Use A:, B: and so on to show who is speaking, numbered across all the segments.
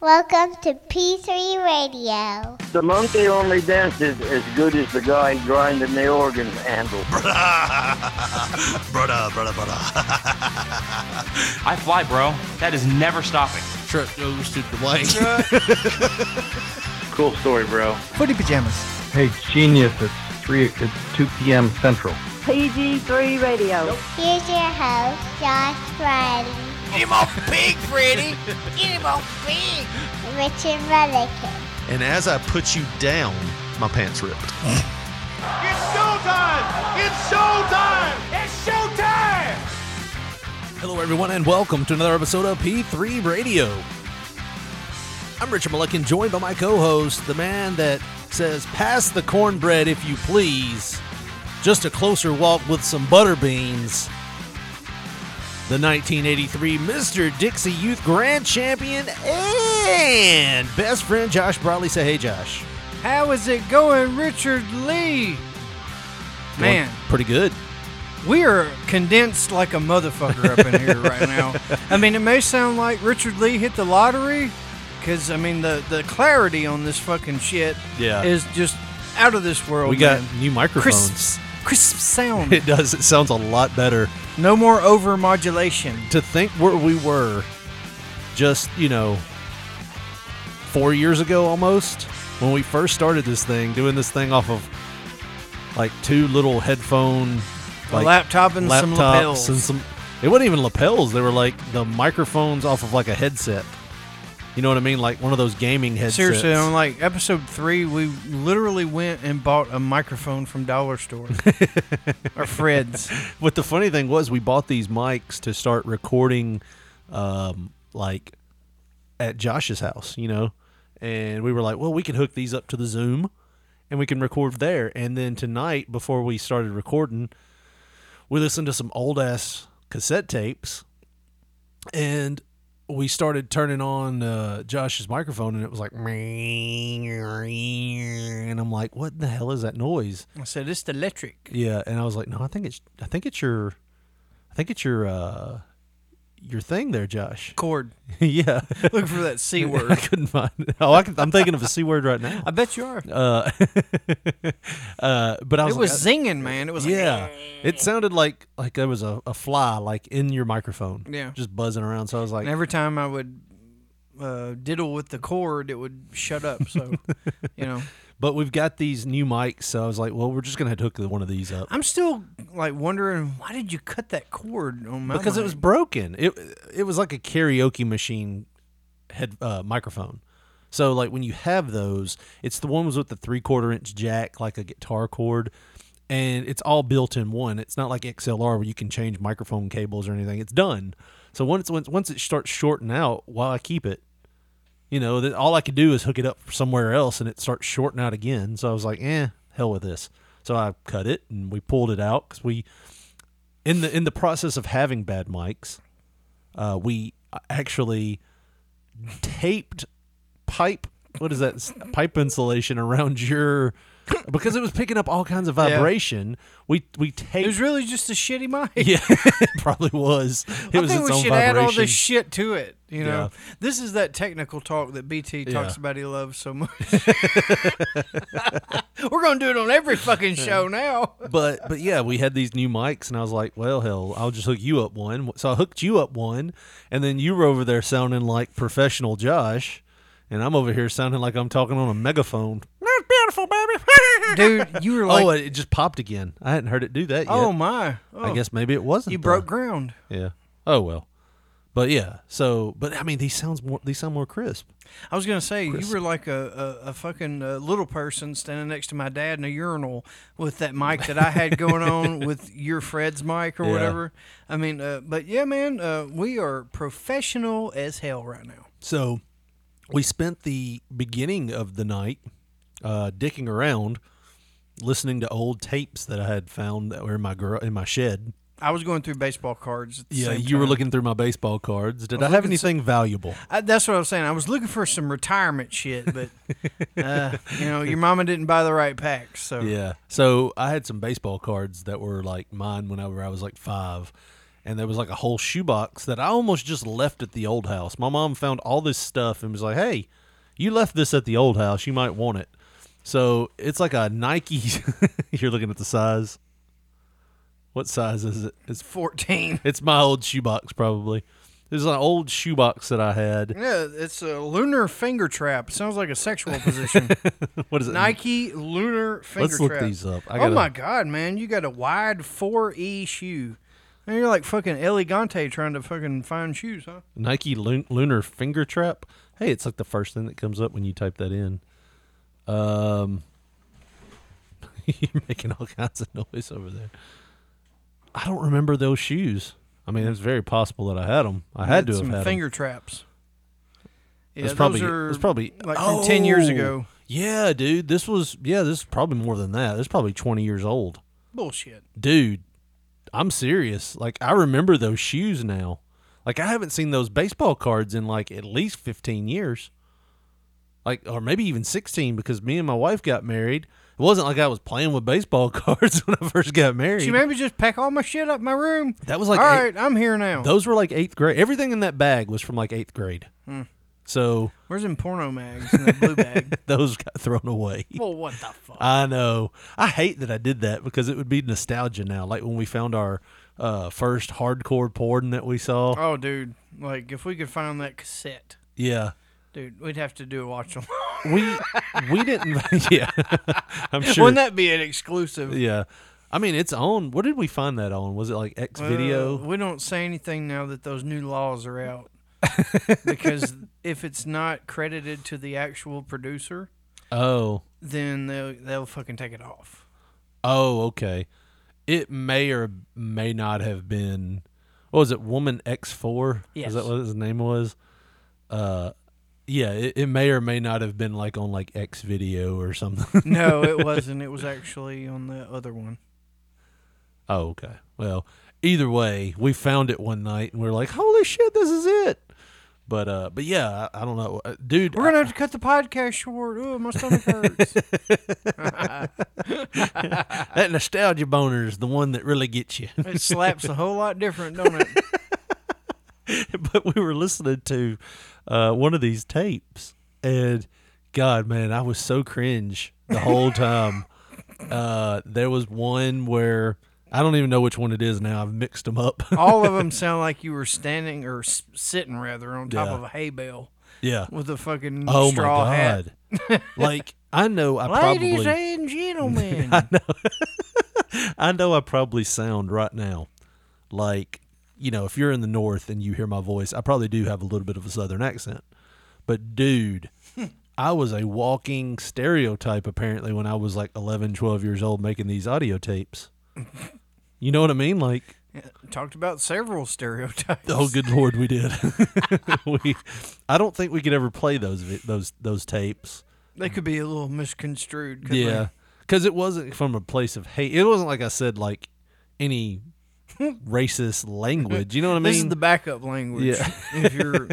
A: Welcome to P3 Radio.
B: The monkey only dances as good as the guy grinding the organ handle.
C: brother, brother, brother.
D: I fly, bro. That is never stopping.
E: Truck goes to Dwight.
F: Cool story, bro.
G: Footy pajamas.
H: Hey, genius, it's 3, it's 2 p.m. Central.
I: PG3 Radio.
A: Here's your host, Josh Riley,
C: Get him off pig, Freddy. Get him off pig.
A: Richard Mullican,
E: and as I put you down, my pants ripped. Hello, everyone, and welcome to another episode of P3 Radio. I'm Richard Mulliken, joined by my co host, the man that says, Pass the cornbread if you please. Just a closer walk with some butter beans. The 1983 Mr. Dixie Youth Grand Champion and best friend Josh Bradley. Say, Hey, Josh.
G: How is it going, Richard Lee? Man,
E: Doing Pretty good.
G: we are condensed like a motherfucker up in here right now. I mean, it may sound like Richard Lee hit the lottery, because I mean the the clarity on this fucking shit
E: Yeah.
G: is just out of this world.
E: we got
G: man.
E: new microphones.
G: crisp crisp sound.
E: It does. It sounds a lot better.
G: no more over modulation.
E: to think where we were just, you know, four years ago almost, when we first started this thing, doing this thing off of like two little headphone
G: A
E: like,
G: laptop and some
E: laptops
G: lapels.
E: and some. It wasn't even lapels. They were like the microphones off of like a headset. You know what I mean? Like one of those gaming headsets.
G: Seriously, on like episode three, we literally went and bought a microphone from Dollar Store or Fred's.
E: But the funny thing was, we bought these mics to start recording, um, like at Josh's house, you know, and we were like, well, we can hook these up to the Zoom, and we can record there. And then tonight, before we started recording, we listened to some old ass cassette tapes, and we started turning on uh, Josh's microphone, and it was like, and I'm like, what the hell is that noise?
G: I said, "It's electric."
E: Yeah, and I was like, no, I think it's, I think it's your, I think it's your, uh, your thing there, Josh.
G: Cord.
E: yeah,
G: Look for that c
E: I
G: word.
E: couldn't find. It. Oh, I can, I'm thinking of a c word right now.
G: I bet you are.
E: Uh, uh, but I was.
G: It was
E: like,
G: zinging, man. It was like,
E: yeah, it sounded like like there was a, a fly like in your microphone.
G: Yeah.
E: just buzzing around. So I was like,
G: and every time I would uh, diddle with the cord, it would shut up. So, you know,
E: but we've got these new mics. So I was like, well, we're just gonna have to hook one of these up.
G: I'm still like wondering why did you cut that cord on my
E: because it
G: mic?
E: was broken. It it was like a karaoke machine head uh, microphone. So like when you have those, it's the ones with the three quarter inch jack, like a guitar cord, and it's all built in one. It's not like XLR where you can change microphone cables or anything. It's done. So once once once it starts shorting out, while I keep it, you know, that all I could do is hook it up somewhere else, and it starts shorting out again. So I was like, eh, hell with this. So I cut it and we pulled it out because we in the in the process of having bad mics, uh, we actually taped pipe. What is that s- pipe insulation around your? Because it was picking up all kinds of vibration. We we taped.
G: It was really just a shitty mic.
E: yeah, it probably was. It
G: I
E: was
G: think
E: its
G: we
E: own
G: should
E: vibration.
G: add all this shit to it. You know, this is that technical talk that BT talks
E: Yeah.
G: about he loves so much. We're gonna do it on every fucking show now.
E: but but yeah, we had these new mics, and I was like, well, hell, I'll just hook you up one. So I hooked you up one, and then you were over there sounding like professional Josh, and I'm over here sounding like I'm talking on a megaphone. That's beautiful, baby.
G: Dude, you were like,
E: oh,
G: oh,
E: it it just popped again. I hadn't heard it do that yet.
G: my, oh,
E: I guess maybe it wasn't.
G: you
E: though.
G: broke ground.
E: Yeah. Oh well. But yeah. So, but I mean, these sounds more. These sound more crisp.
G: I was gonna say you were like a a, a fucking uh, little person standing next to my dad in a urinal with that mic that I had going on with your Fred's mic or
E: Yeah.
G: whatever. I mean, uh, but yeah, man, uh, we are professional as hell right now.
E: So, we spent the beginning of the night uh, dicking around, listening to old tapes that I had found that were in my gar- in my shed.
G: I was going through baseball cards. At the
E: Yeah,
G: same
E: you were
G: time.
E: looking through my baseball cards. Did I, have anything valuable?
G: I, that's what I was saying. I was looking for some retirement shit, but uh, you know, your mama didn't buy the right packs. So
E: Yeah. So I had some baseball cards that were like mine whenever I was like five, and there was like a whole shoebox that I almost just left at the old house. My mom found all this stuff and was like, "Hey, you left this at the old house. You might want it." So it's like a Nike. You're looking at the size. What size is it? It's
G: 14.
E: it's my old shoebox probably. There's an old shoebox that I had.
G: Yeah, it's a lunar finger trap. Sounds like a sexual position.
E: What is it?
G: Nike lunar finger
E: Let's look
G: trap.
E: these up. I
G: oh
E: gotta-
G: my god, man, you got a wide 4E shoe. And you're like fucking elegante trying to fucking find shoes, huh?
E: Nike lun- lunar finger trap. Hey, it's like the first thing that comes up when you type that in. Um, you're making all kinds of noise over there. I don't remember those shoes. I mean, it's very possible that I had them. I had to
G: It's
E: have
G: some
E: had 'em.
G: finger traps. Yeah,
E: It's probably
G: those are
E: it's probably
G: like from 10 years
E: Oh!
G: ago.
E: Yeah, dude, this was yeah, this is probably more than that. This is probably twenty years old,
G: Bullshit.
E: dude. I'm serious. Like I remember those shoes now. Like I haven't seen those baseball cards in like at least fifteen years, like or maybe even sixteen because me and my wife got married. It wasn't like I was playing with baseball cards when I first got married.
G: She maybe just pack all my shit up in my room.
E: That was like
G: all
E: eight-
G: right, I'm here now.
E: those were like eighth grade. Everything in that bag was from like eighth grade. So
G: Where's in porno mags in the blue bag?
E: those got thrown away.
G: well, what the fuck?
E: I know. I hate that I did that because it would be nostalgia now. Like when we found our uh, first hardcore porn that we saw.
G: Oh, dude, like if we could find that cassette,
E: Yeah.
G: dude, we'd have to do a watch along.
E: We we didn't yeah. I'm sure.
G: Wouldn't that be an exclusive?
E: yeah. I mean, it's on. What did we find that on? Was it like X video?
G: Uh, we don't say anything now that those new laws are out. because if it's not credited to the actual producer,
E: Oh.
G: then they'll, they'll fucking take it off.
E: Oh, okay. It may or may not have been. What was it? Woman X Four.
G: Yes.
E: Is that what his name was? Uh, yeah. It, it may or may not have been like on like X video or something.
G: No, it wasn't. It was actually on the other one.
E: oh, okay. Well, either way, we found it one night and we are like, "Holy shit, this is it!" But uh, but yeah, I, I don't know, Uh, dude.
G: We're going to have to cut the podcast short. Oh, my stomach hurts.
E: I- that nostalgia boner is the one that really gets you.
G: it slaps a whole lot different, don't it?
E: but we were listening to uh, one of these tapes, and God, man, I was so cringe the whole time. uh, there was one where I don't even know which one it is now. I've mixed them up.
G: All of them sound like you were standing or s- sitting, rather, on top
E: Yeah.
G: of a hay bale
E: yeah.
G: with a fucking
E: Oh my
G: straw hat.
E: God. like I know I
G: Ladies
E: probably
G: and gentlemen.
E: I know I probably sound right now like you know if you're in the north and you hear my voice, I probably do have a little bit of a southern accent. But dude, I was a walking stereotype apparently when I was like 11, 12 years old making these audio tapes. You know what I mean? Like,
G: Talked about several stereotypes.
E: oh good lord, we did. we, I don't think we could ever play those vi- those those tapes.
G: They could be a little misconstrued. couldn't
E: Yeah, because it wasn't from a place of hate. It wasn't like I said like any racist language. You know what I
G: they?
E: mean?
G: This is the backup language.
E: Yeah.
G: if you're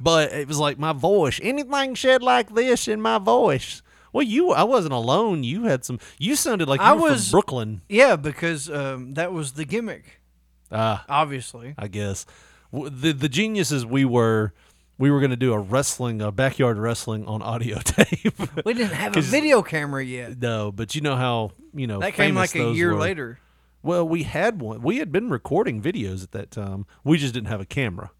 E: but it was like my voice. Anything said like this in my voice. Well, you, I wasn't alone. You had some. You sounded like you
G: I
E: were
G: was-
E: from Brooklyn.
G: Yeah, because um, that was the gimmick,
E: Ah,
G: obviously.
E: I guess W- the the geniuses we were. We were going to do a wrestling, a backyard wrestling on audio tape.
G: We didn't have a video camera yet.
E: no, but you know how you know
G: That came
E: famous
G: like a
E: those
G: year
E: were.
G: later.
E: Well, we had one. We had been recording videos at that time. We just didn't have a camera.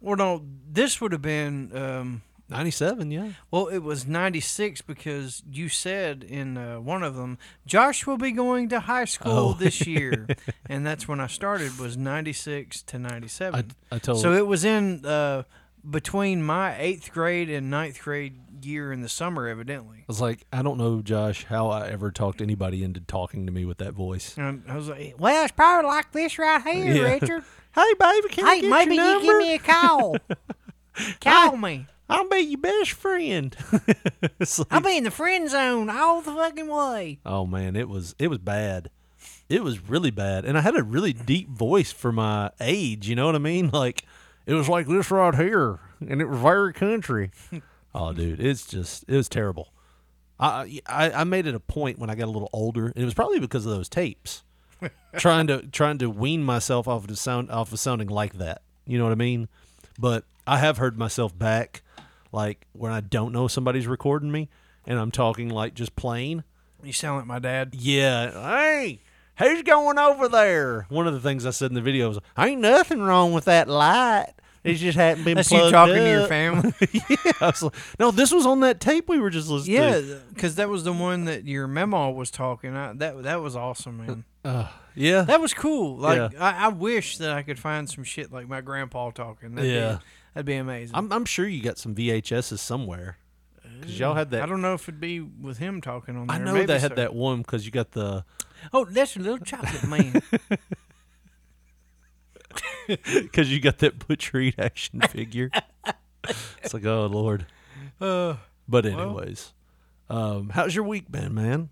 G: Well, no, this would have been. Um,
E: Ninety-seven, yeah.
G: well, it was '96 because you said in uh, one of them, Josh will be going to high school
E: Oh.
G: this year, and that's when I started was '96 to '97.
E: I told-
G: So it was in uh, between my eighth grade and ninth grade year in the summer, evidently.
E: I was like, I don't know, Josh, how I ever talked anybody into talking to me with that voice.
G: And I was like, well, it's probably like this right here,
E: Yeah.
G: Richard.
E: Hey, baby, can
G: Hey, maybe you give me a call. call me.
E: I'll be your best friend. It's like-
G: I'll be in the friend zone all the fucking way.
E: oh man, it was it was bad. It was really bad, and I had a really deep voice for my age. You know what I mean? Like it was like this right here, and it was very country. oh, dude, it's just it was terrible. I, I I made it a point when I got a little older, and it was probably because of those tapes. trying to trying to wean myself off of sound off of sounding like that. You know what I mean? But I have heard myself back, like when I don't know somebody's recording me and I'm talking like just plain.
G: You sound like my dad.
E: Yeah. Hey, who's going over there? One of the things I said in the video was, "Ain't nothing wrong with that light. It just hadn't been
G: That's you
E: plugged
G: talking to your
E: up."
G: family.
E: yeah. I was like, no, this was on that tape we were just listening.
G: yeah,
E: to.
G: because that was the one that your memo was talking. I, that that was awesome, man.
E: Yeah.
G: That was cool. Like
E: Yeah.
G: I, I wish that I could find some shit like my grandpa talking. That'd
E: Yeah.
G: be, that'd be amazing.
E: I'm, I'm sure you got some VHSs somewhere because y'all had that.
G: I don't know if it'd be with him talking on there.
E: I know
G: Maybe
E: they had
G: so.
E: that one because you got the
G: Oh, that's a little chocolate man.
E: because you got that Butch Reed action figure. it's like, oh lord.
G: uh,
E: But anyways, um, how's your week been, man?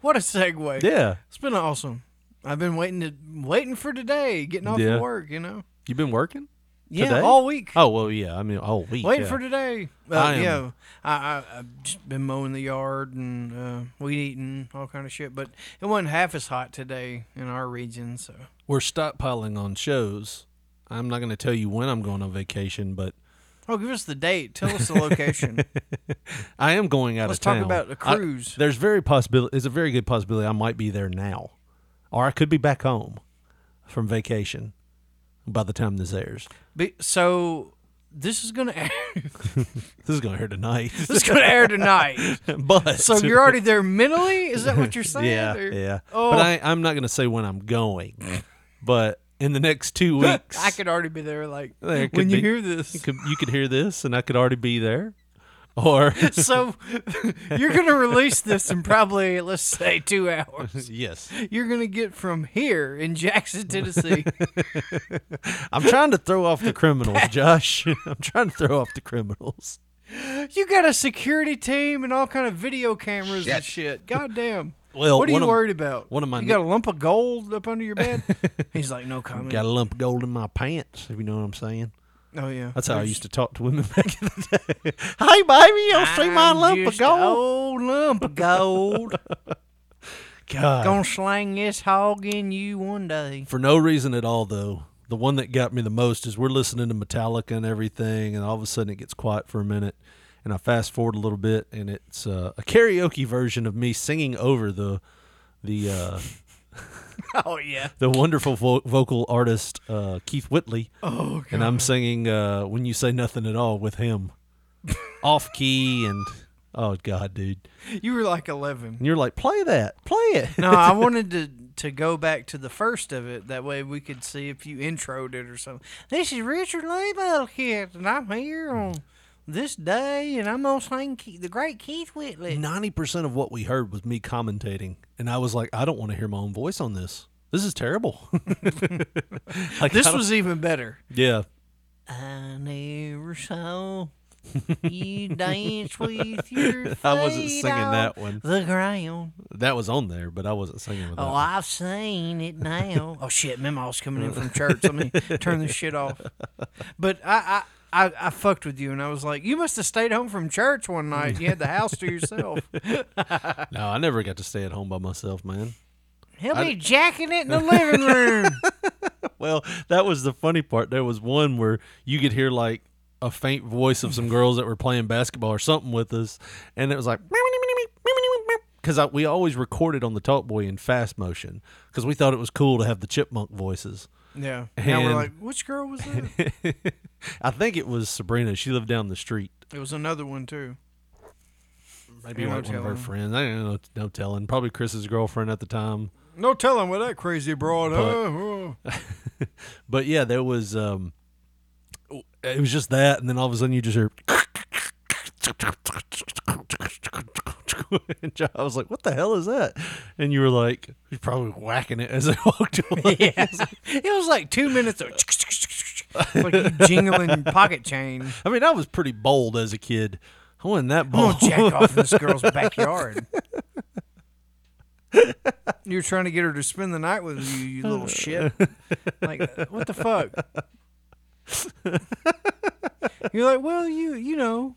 G: what a segue.
E: Yeah,
G: It's been awesome. I've been waiting to waiting for today, getting off
E: Yeah.
G: of work, you know.
E: you been working?
G: Yeah,
E: Today?
G: all week.
E: Oh well, yeah. I mean, all week.
G: waiting
E: yeah.
G: for today. Uh,
E: I am-
G: Yeah, I, I I've just been mowing the yard and uh, weed eating all kind of shit, but it wasn't half as hot today in our region. So
E: We're stockpiling on shows. I'm not going to tell you when I'm going on vacation, but
G: oh, give us the date. Tell us the location.
E: I am going out
G: Let's
E: of town.
G: talk about the
E: I-
G: cruise.
E: there's very possibility. It's a very good possibility. I might be there now, or I could be back home from vacation by the time this airs.
G: Be, so this is gonna air,
E: This is going to air tonight.
G: this is gonna air tonight.
E: but
G: So you're already there mentally? Is that what you're saying?
E: yeah
G: Or-
E: yeah.
G: Oh,
E: But
G: I,
E: I, I'm not going to say when I'm going. but in the next two weeks,
G: could already be there. Like
E: There could
G: when you
E: be-
G: hear
E: You
G: this.
E: could, you could hear this, and I could already be there. Or
G: So you're gonna release this in probably let's say two hours.
E: yes,
G: You're gonna get from here in Jackson, Tennessee,
E: I'm trying to throw off the criminals, Josh. I'm trying to throw off the criminals.
G: You got a security team and all kind of video cameras and shit. God damn.
E: Well,
G: what are
E: one
G: you
E: of-
G: worried about?
E: one of my
G: you got a lump of gold up under your bed. He's like, no comment.
E: Got a lump of gold in my pants, if you know what I'm saying.
G: oh yeah,
E: That's how I used to talk to women back in the day. hey, baby, you see my
G: I'm
E: lump of
G: just
E: gold?
G: Old lump of gold.
E: God.
G: Gonna slang this hog in you one day.
E: For no reason at all, though, the one that got me the most is we're listening to Metallica and everything, and all of a sudden it gets quiet for a minute. And I fast forward a little bit, and it's uh, a karaoke version of me singing over the the uh,
G: Oh yeah.
E: the wonderful vo- vocal artist uh, Keith Whitley.
G: Oh
E: and I'm singing uh, "When You Say Nothing at All" with him, off key, and oh god, dude,
G: You were like eleven.
E: and you're like, play that, play it.
G: No, I wanted to to go back to the first of it. That way we could see if you introed it or something. This is Richard Lee Kid, and I'm here on this day, and I'm gonna sing Ke- the great Keith Whitley.
E: Ninety percent of what we heard was me commentating, and I was like, I don't want to hear my own voice on this. This is terrible. Like, I
G: This
E: don't-
G: was even better.
E: yeah.
G: I never saw you dance with your
E: I wasn't
G: feet
E: singing
G: on
E: that one.
G: The ground.
E: That was on there, but I wasn't singing with that.
G: Oh, I've seen it now. oh shit, Memo's coming in from church. Let me turn this shit off. But I, I, I, I fucked with you, and I was like, you must have stayed home from church one night. You had the house to yourself.
E: No, I never got to stay at home by myself, man.
G: He'll be jacking it in the living room.
E: Well, that was the funny part. There was one where you could hear like a faint voice of some girls that were playing basketball or something with us, and it was like because we always recorded on the Talkboy in fast motion because we thought it was cool to have the chipmunk voices.
G: yeah. Now we're
E: And-
G: like, which girl was that?
E: I think it was Sabrina. She lived down the street.
G: It was another one too.
E: Maybe
G: No
E: like one of her
G: telling.
E: friends. I don't know. No telling. Probably Chris's girlfriend at the time.
G: No telling what that crazy broad. huh?
E: But yeah, there was um it was just that and then all of a sudden you just hear and Jo- I was like, "What the hell is that?" And you were like, "You're probably whacking it as I walked away."
G: yeah. It was like two minutes of like you jingling pocket chain.
E: I mean, I was pretty bold as a kid. I wasn't that
G: I'm
E: bold.
G: gonna jack off in this girl's backyard. You're trying to get her to spend the night with you, you little shit. Like, what the fuck? You're like, well, you you know,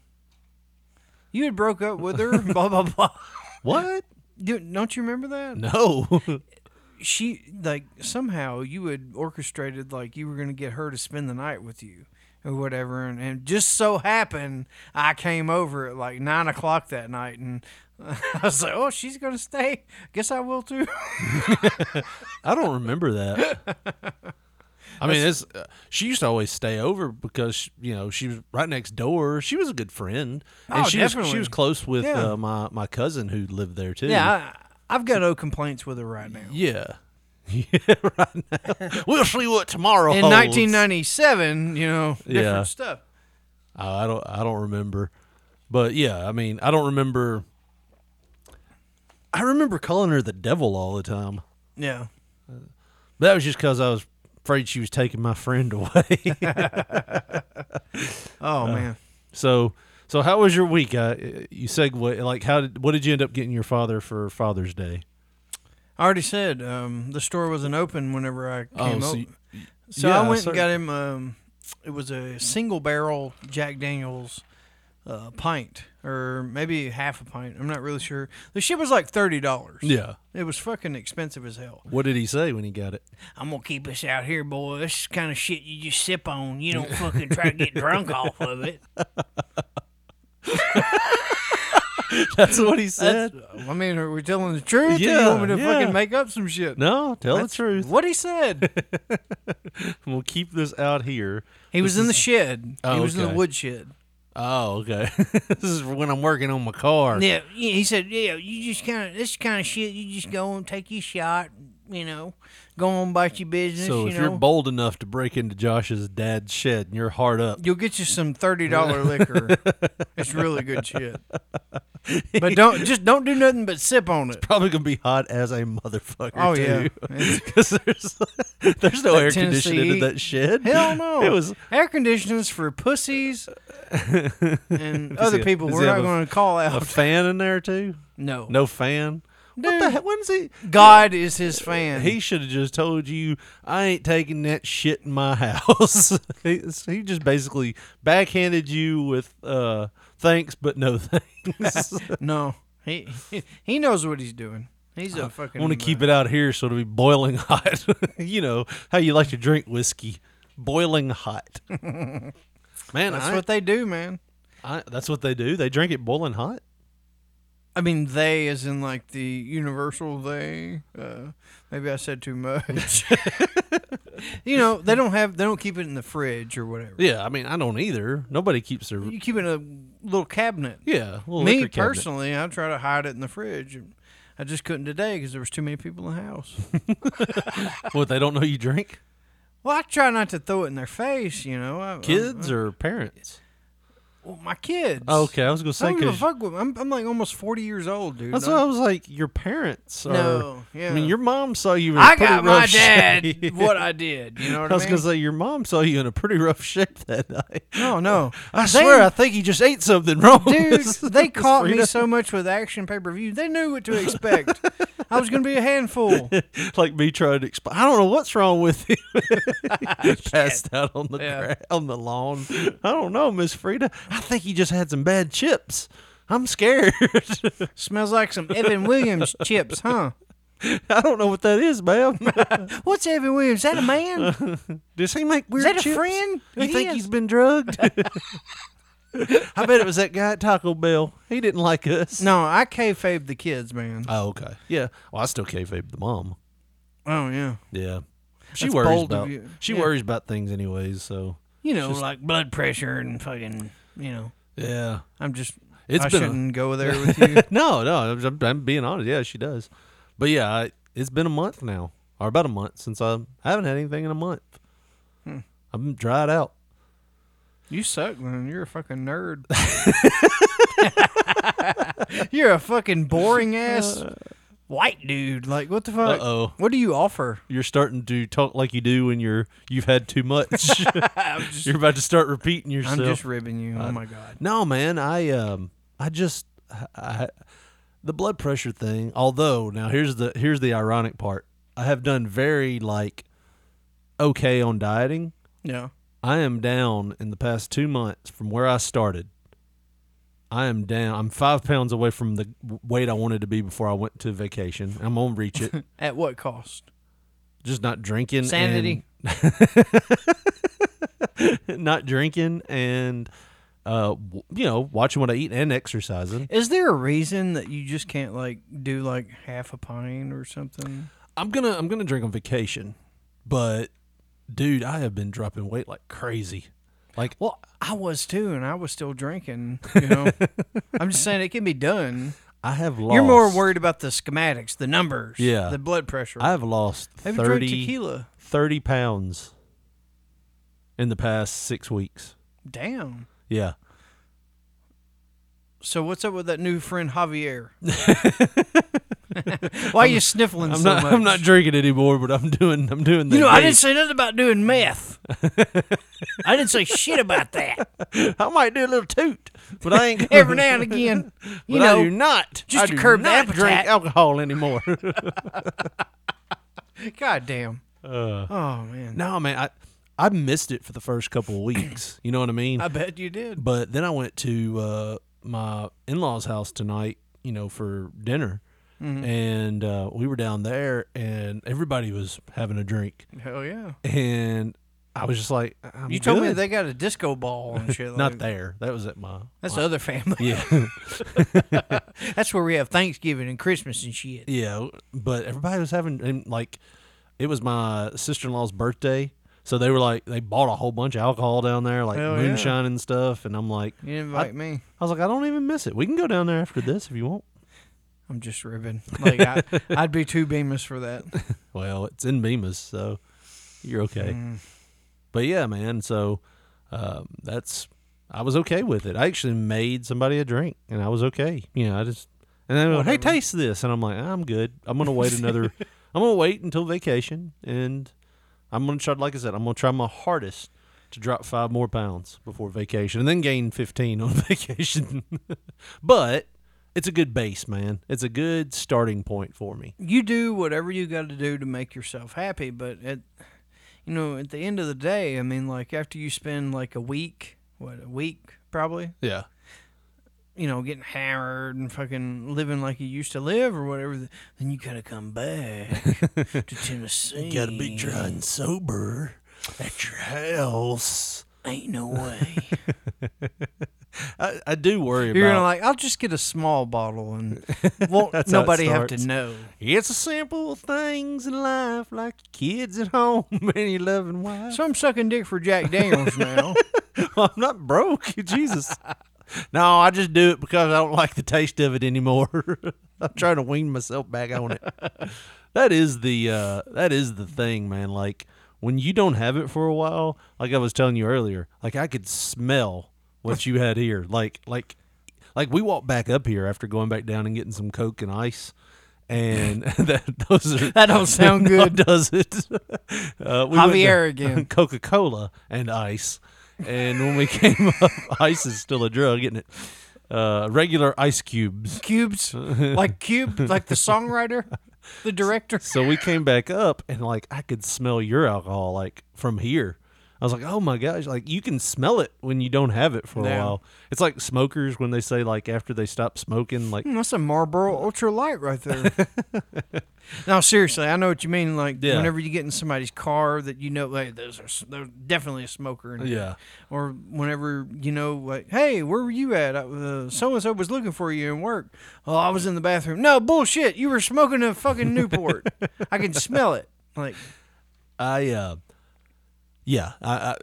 G: you had broke up with her, blah blah blah.
E: What?
G: Do, don't you remember that?
E: No.
G: She like somehow you had orchestrated like you were gonna get her to spend the night with you or whatever, and, and just so happened I came over at like nine o'clock that night, and I was like, oh, she's gonna stay. Guess I will too.
E: I don't remember that. I mean, it's, uh, she used to always stay over because you know she was right next door. She was a good friend, and she
G: Oh,
E: was she
G: definitely.
E: was close with
G: Yeah.
E: uh, my my cousin who lived there too.
G: yeah, I, I've got no complaints with her right now.
E: yeah, yeah. Right now, we'll see what tomorrow
G: In
E: holds.
G: 1997, you know, different
E: Yeah.
G: stuff.
E: Uh, I I don't I don't remember, but yeah, I mean, I don't remember. I remember calling her the devil all the time.
G: Yeah.
E: But that was just because I was afraid she was taking my friend away.
G: Oh man.
E: So, so how was your week? Uh, you segue like how did what did you end up getting your father for Father's Day?
G: I already said um, the store wasn't open whenever I came
E: Oh, so
G: over.
E: you-
G: So
E: yeah,
G: I went
E: sorry.
G: and got him. Um, it was a single barrel Jack Daniels uh, pint, or maybe half a pint. I'm not really sure. The shit was like thirty dollars.
E: Yeah.
G: It was fucking expensive as hell.
E: What did he say when he got it?
G: I'm gonna keep this out here, boy. This is kind of shit you just sip on. You don't fucking try to get drunk off of it.
E: That's what he said.
G: I mean, are we telling the truth? or
E: Yeah,
G: you want me to
E: yeah.
G: fucking make up some shit?
E: no, tell
G: That's
E: the truth.
G: What he said.
E: We'll keep this out here.
G: He was in the shed.
E: Oh,
G: he was in
E: okay.
G: the wood shed.
E: Oh, okay. this is when I'm working on my car.
G: Yeah, yeah, he said, yeah, you just kind of this kind of shit. You just go and take your shot, you know, go on about your business.
E: So
G: you
E: if
G: know,
E: you're bold enough to break into Josh's dad's shed and you're hard up,
G: you'll get you some thirty dollar liquor. It's really good shit. But don't just don't do nothing but sip on it.
E: probably gonna be hot as a motherfucker.
G: Oh,
E: too.
G: yeah.
E: because there's there's no
G: That
E: air
G: Tennessee
E: conditioning in
G: heat.
E: that shed.
G: Hell no!
E: It was
G: air conditioners for pussies and
E: Does
G: other
E: he-
G: people.
E: does
G: We're
E: he
G: not
E: have a-
G: going to call
E: a
G: out.
E: fan in there too.
G: no,
E: No fan. What the
G: Dude.
E: heck? When's he?
G: God is his fan.
E: He should have just told you, I ain't taking that shit in my house. he, he just basically backhanded you with uh, thanks, but no thanks.
G: no, he he knows what he's doing. He's a
E: I
G: fucking.
E: want to keep it out here so it'll be boiling hot. you know how you like to drink whiskey, boiling hot. Man,
G: That's
E: I-
G: what they do, man.
E: I, that's what they do. They drink it boiling hot.
G: I mean, they as in like the universal they. Uh, maybe I said too much. you know, they don't have they don't keep it in the fridge or whatever.
E: Yeah, I mean, I don't either. Nobody keeps their
G: You keep it in a little cabinet.
E: yeah. Little
G: Me
E: liquor cabinet.
G: personally, I try to hide it in the fridge. I just couldn't today because there was too many people in the house.
E: what they don't know you
G: Uh,
E: drink.
G: well, I try not to throw it in their face. You know, I,
E: Kids or parents?
G: I- well, my kids.
E: Oh, Okay, I was gonna
G: I
E: say
G: don't give a
E: because
G: fuck with. I'm, I'm like almost forty years old, dude.
E: That's
G: I-
E: what I was like. Your parents are.
G: No,
E: I mean,
G: yeah.
E: your mom saw you. In a
G: I
E: pretty
G: got
E: rough
G: my dad.
E: shape.
G: what I did, you know what
E: I
G: I
E: was
G: mean?
E: gonna say your mom saw you in a pretty rough shape that night.
G: no, no.
E: I
G: They-
E: swear, I think he just ate something wrong.
G: Dude,
E: This-
G: they
E: this
G: caught me
E: Frida.
G: so much with action pay per view. They knew what to expect. I was going to be a handful.
E: like me trying to explain. I don't know what's wrong with him. He passed out on the
G: Yeah.
E: gra- on the lawn. I don't know, Miss Frida. I think he just had some bad chips. I'm scared.
G: Smells like some Evan Williams chips, huh?
E: I don't know what that is, ma'am.
G: What's Evan Williams? Is that a man?
E: Does he make
G: Is
E: weird
G: that a
E: chips?
G: friend?
E: You
G: It
E: think
G: is.
E: he's been drugged? I bet it was that guy at Taco Bell. He didn't like us.
G: No, I kayfabe the kids, man.
E: Oh, okay. Yeah. Well, I still kayfabe the mom.
G: Oh yeah.
E: Yeah. She
G: That's
E: worries
G: bold of
E: about
G: you.
E: she
G: Yeah.
E: worries about things anyways. So
G: You know, like blood pressure and fucking. You know,
E: yeah.
G: I'm just.
E: It's
G: I
E: been a-
G: shouldn't go there with you.
E: No, no. I'm, I'm, I'm being honest. Yeah, she does. But yeah, I, it's been a month now, or about a month since I haven't had anything in a month. Hmm. I'm dried out.
G: you suck, man. You're a fucking nerd. You're a fucking boring ass white dude. Like, what the fuck?
E: Uh, Uh-oh.
G: What do you offer?
E: You're starting to talk like you do when you're you've had too much. you're about to start repeating yourself.
G: I'm just ribbing you. Oh my god.
E: No, man, I um, I just, I, I, the blood pressure thing. Although now here's the here's the ironic part. I have done very like, okay on dieting.
G: Yeah.
E: I am down in the past two months from where I started. I am down. I'm five pounds away from the w- weight I wanted to be before I went to vacation. I'm gonna reach it.
G: At what cost?
E: Just not drinking. and-
G: Sanity.
E: not drinking and uh w- you know watching what i eat and exercising
G: Is there a reason that you just can't like do like half a pint or something?
E: i'm gonna i'm gonna drink on vacation but dude i have been dropping weight like crazy like
G: Well, I was too, and I was still drinking. You know, I'm just saying it can be done.
E: i have lost
G: You're more worried about the schematics, the numbers,
E: Yeah.
G: the blood pressure.
E: i have lost
G: Have you drank
E: 30,
G: tequila?
E: 30 pounds in the past six weeks
G: Damn.
E: yeah
G: So what's up with that new friend Javier? Why are you sniffling
E: i'm
G: so
E: not
G: much?
E: i'm not drinking anymore but i'm doing i'm doing the
G: You know, I didn't
E: vape.
G: say nothing about doing meth. I didn't say shit about that.
E: i might do a little toot but i ain't
G: Every now and again, you
E: but I do
G: know,
E: not
G: just
E: I
G: to
E: do
G: curb the
E: not drink
G: appetite.
E: alcohol anymore
G: God damn.
E: Uh.
G: oh man,
E: No, man, I I missed it for the first couple of weeks. You know what I mean?
G: I bet you did.
E: but then I went to uh, my in law's house tonight, you know, for dinner,
G: Mm-hmm.
E: and uh, we were down there, and everybody was having a drink,
G: Hell yeah.
E: and I was just like, I'm
G: You told me
E: good.
G: they got a disco ball and shit. Like
E: not there. That was at my.
G: That's the other family.
E: Yeah,
G: That's where we have Thanksgiving and Christmas and shit.
E: yeah, but everybody was having and like, it was my sister in law's birthday, so they were like, they bought a whole bunch of alcohol down there, like
G: Hell yeah.
E: moonshine and stuff, and I'm like,
G: You didn't invite me.
E: I was like, I don't even miss it. We can go down there after this if you want.
G: I'm just ribbing. Like I, I'd be too beamers for that.
E: Well, it's in Bemis, so you're okay. But yeah, man. So um, that's I was okay with it. I actually made somebody a drink, and I was okay. You know, I just and they were like, "Hey, taste this," and I'm like, "I'm good. I'm gonna wait another. I'm gonna wait until vacation, and I'm gonna try. Like I said, I'm gonna try my hardest." To drop five more pounds before vacation, and then gain fifteen on vacation, but it's a good base, man. It's a good starting point for me.
G: You do whatever you got to do to make yourself happy, but at you know, at the end of the day, I mean, like after you spend like a week, what a week probably,
E: Yeah,
G: you know, getting hammered and fucking living like you used to live or whatever, th- then you gotta come back to Tennessee. Mm.
E: sober at your house.
G: Ain't no way.
E: I, I do worry
G: You're
E: about.
G: gonna like, I'll just get a small bottle and won't
E: That's how it
G: nobody have to
E: starts.
G: know.
E: it's the simple things in life, like kids at home and your loving wife.
G: So I'm sucking dick for Jack Daniels now.
E: I'm not broke, Jesus. no, I just do it because I don't like the taste of it anymore. I'm trying to wean myself back on it. that is the uh, that is the thing, man. Like when you don't have it for a while, like I was telling you earlier, like I could smell what you had here. Like like like we walked back up here after going back down and getting some coke and ice. And that those are,
G: That don't sound
E: No,
G: good.
E: does it? Uh, we went to
G: Javier again.
E: Coca Cola and ice. And when we came up, ice is still a drug, isn't it? Uh, regular ice cubes.
G: Cubes, like Cube, like the songwriter, the director.
E: So we came back up, and like I could smell your alcohol like from here. I was like, oh my gosh, like you can smell it when you don't have it for a
G: Yeah.
E: while. It's like smokers when they say like after they stop smoking, like
G: Hmm, That's a Marlboro Ultra Light right there. no, seriously, I know what you mean. Like
E: Yeah.
G: whenever you get in somebody's car that you know, like there's a, s- there's definitely a smoker. In it.
E: Yeah.
G: Or whenever you know, like, hey, where were you at? So and so was looking for you in work. Oh, I was in the bathroom. No bullshit. You were smoking a fucking Newport. I can smell it. Like
E: I uh yeah, I, I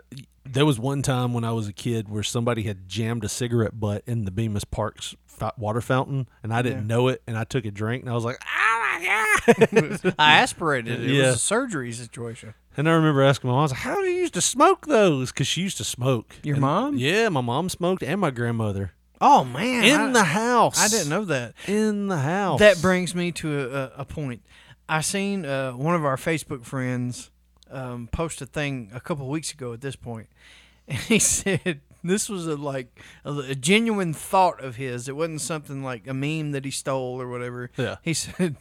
E: there was one time when I was a kid where somebody had jammed a cigarette butt in the Bemis Park's f- water fountain and I didn't know it and I took a drink and I was like, "Oh my god."
G: I aspirated it. It
E: Yeah.
G: was a surgery situation.
E: and I remember asking my mom, I was like, "How do you used to smoke those?" cuz she used to smoke.
G: Your
E: And-
G: mom?
E: Yeah, my mom smoked and my grandmother
G: Oh man,
E: in
G: I-
E: the house.
G: I didn't know that.
E: in the house.
G: That brings me to a, a, a point. I seen uh, one of our Facebook friends um, post a thing a couple weeks ago. At this point, and he said this was a like a, a genuine thought of his. It wasn't something like a meme that he stole or whatever.
E: Yeah.
G: He said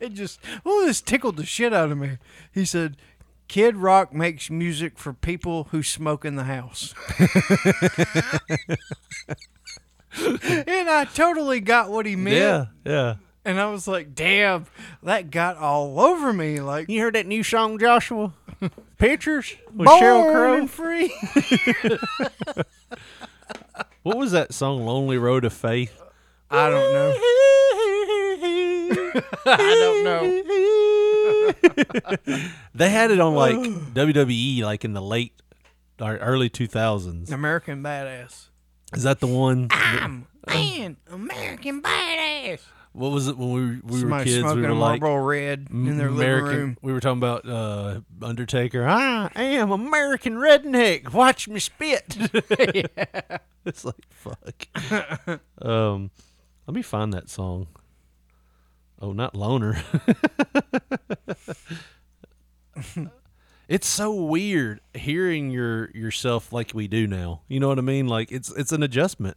G: it just oh this tickled the shit out of me. He said. Kid Rock makes music for people who smoke in the house. and I totally got what he meant.
E: Yeah, yeah.
G: And I was like, damn, that got all over me. Like,
E: You heard that new song, Joshua? Pictures with
G: born
E: Cheryl Crow.
G: and free.
E: What was that song, Lonely Road of Faith?
G: I don't know. I don't know.
E: They had it on like WWE, like in the late or early two thousands.
G: American Badass.
E: Is that the one?
G: I'm an American Badass.
E: What was it when we we were
G: Somebody
E: kids?
G: smoking
E: We were
G: a
E: like
G: Marlboro Red in their
E: American.
G: living room.
E: We were talking about uh, Undertaker. I am American redneck. Watch me spit. It's like fuck. um, let me find that song. Oh, not loner. it's so weird hearing your yourself like we do now. You know what I mean? Like it's it's an adjustment.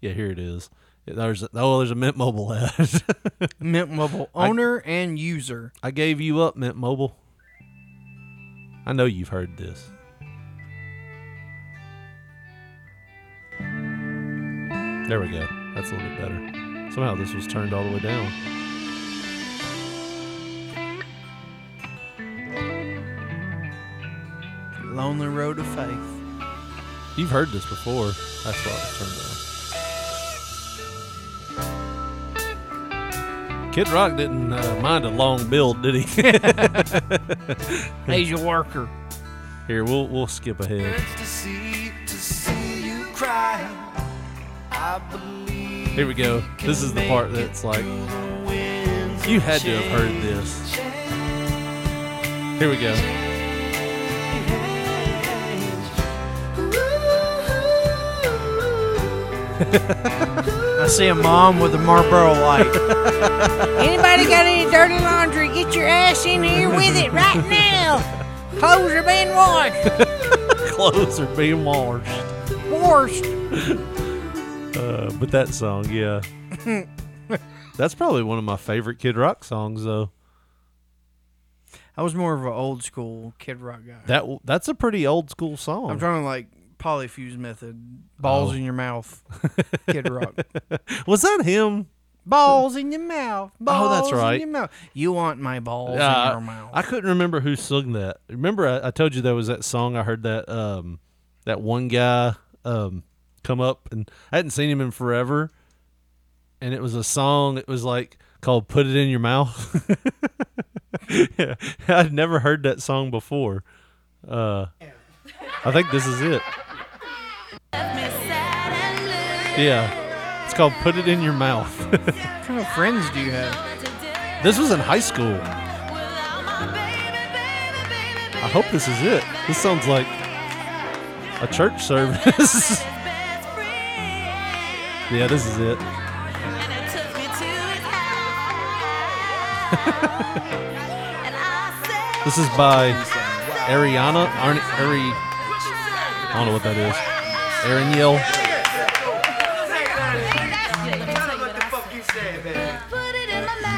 E: Yeah, here it is. There's oh, there's a Mint Mobile ad.
G: Mint Mobile owner and user.
E: I gave you up, Mint Mobile. I know you've heard this. There we go. That's a little bit better. Somehow this was turned all the way down.
G: Lonely Road of Faith.
E: You've heard this before. That's why it was turned down. Kid Rock didn't uh, mind a long build, did he?
G: He's a worker.
E: Here, we'll we'll skip ahead.
F: to see to see you cry. I believe
E: Here we go. This is the part that's like you had to have heard this. Here we go.
G: I see a mom with a Marlboro light.
C: Anybody got any dirty laundry? Get your ass in here with it right now. Clothes are being washed.
E: clothes are being washed.
G: Forced.
E: Uh, but that song, yeah. That's probably one of my favorite Kid Rock songs, though.
G: I was more of an old school Kid Rock guy.
E: That w- that's a pretty old school song.
G: I'm talking like polyfuse method. Balls
E: Oh.
G: in your mouth. Kid Rock.
E: Was that him?
G: Balls in your mouth. Balls
E: Oh, that's right.
G: In your mouth. You want my balls in
E: Uh,
G: your mouth.
E: I couldn't remember who sung that. Remember, I, I told you there was that song. I heard that um, that one guy um, come up, and I hadn't seen him in forever. And it was a song. It was like called "Put It in Your Mouth." yeah, I'd never heard that song before. Uh, I think this is it. Yeah, it's called "Put It in Your Mouth."
G: what kind of friends do you have?
E: This was in high school. I hope this is it. This sounds like a church service. yeah, this is it. This is by Ariana. Arn- Ari. I don't know what that is. Ariel.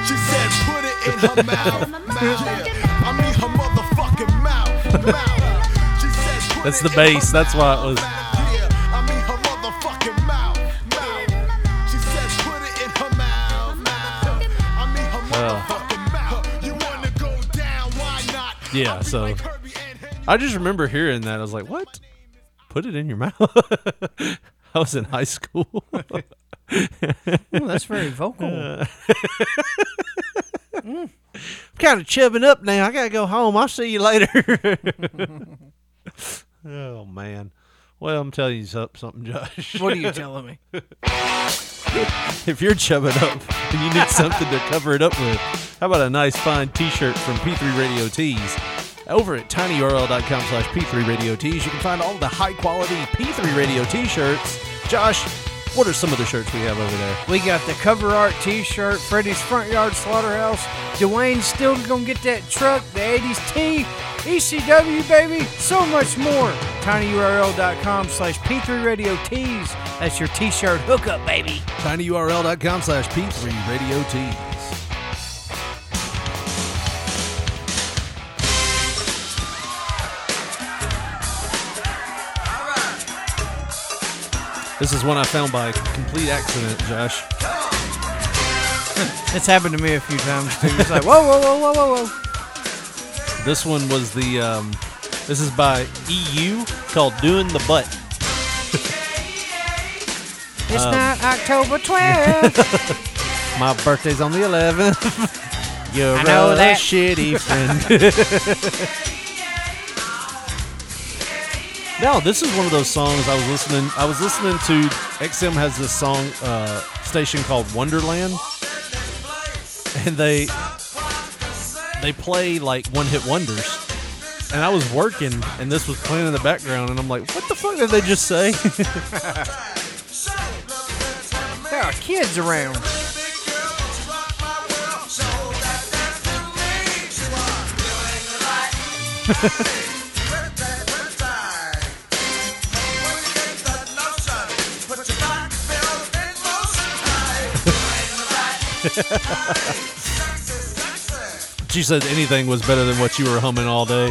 F: She said, put it in her mouth. mouth. I mean, her motherfucking mouth. mouth. She said, put
E: That's
F: it
E: the
F: in
E: bass,
F: her
E: that's why it was-
F: mouth. Yeah, I mean, her motherfucking mouth. mouth. She said, put it in her mouth. mouth. I mean, her motherfucking mouth. You wanna go down, why not?
E: Yeah,
F: I'll be
E: so-
F: like Herbie and Henry.
E: I just remember hearing that. I was like, what? Put it in your mouth. I was in high school.
G: Ooh, Oh, that's very vocal.
E: kind of chubbing up now. I gotta go home. I'll see you later. oh man. Well, I'm telling you so- something, Josh.
G: what are you telling me?
E: if you're chubbing up and you need something to cover it up with, how about a nice fine t-shirt from P3 Radio Tees? Over at tinyurl.com slash P3 Radio Tees, you can find all the high-quality P3 Radio T-shirts. Josh, what are some of the shirts we have over there?
G: We got the cover art T-shirt, Freddy's front yard slaughterhouse. Dwayne's still gonna get that truck, the '80s tee, ECW baby, so much more. tinyurl.com/slash p3 radio tees. That's your T-shirt hookup, baby.
E: tinyurl.com slash P3 Radio Tees. This is one I found by complete accident, Josh.
G: It's happened to me a few times too. It's like whoa, whoa, whoa, whoa, whoa, whoa.
E: This one was the. Um, this is by EU called "Doing the Butt." Uh,
G: It's not October 12th.
E: My birthday's on the 11th. You're
G: I know
E: a
G: that.
E: shitty friend. now this is one of those songs I was listening. I was listening to XM has this song uh, station called Wonderland, and they they play like one hit wonders. And I was working, and this was playing in the background, and I'm like, "What the fuck did they just say?"
G: there are kids around.
E: She said anything was better than what you were humming all day.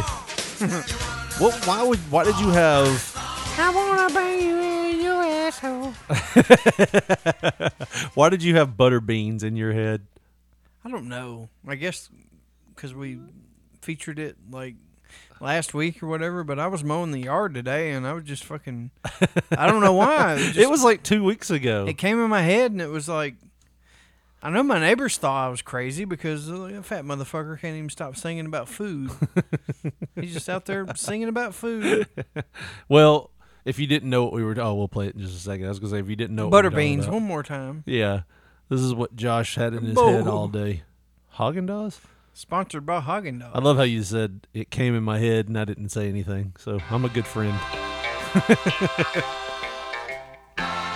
E: what? Why would? Why did you have?
G: I wanna be in your asshole.
E: Why did you have butter beans in your head?
G: I don't know. I guess because we featured it like last week or whatever. But I was mowing the yard today, and I was just fucking. I don't know why. just-
E: it was like two weeks ago.
G: It came in my head, and it was like. I know my neighbors thought I was crazy because uh, a fat motherfucker can't even stop singing about food. He's just out there singing about food.
E: well, if you didn't know what we were, oh, we'll play it in just a second. I was gonna say if you didn't know, what we
G: Butter
E: were talking
G: beans,
E: about-
G: one more time.
E: yeah, this is what Josh had in his head all day. Haagen Dazs.
G: Sponsored by Haagen
E: I
G: Dazs.
E: love how you said it came in my head and I didn't say anything. So I'm a good friend.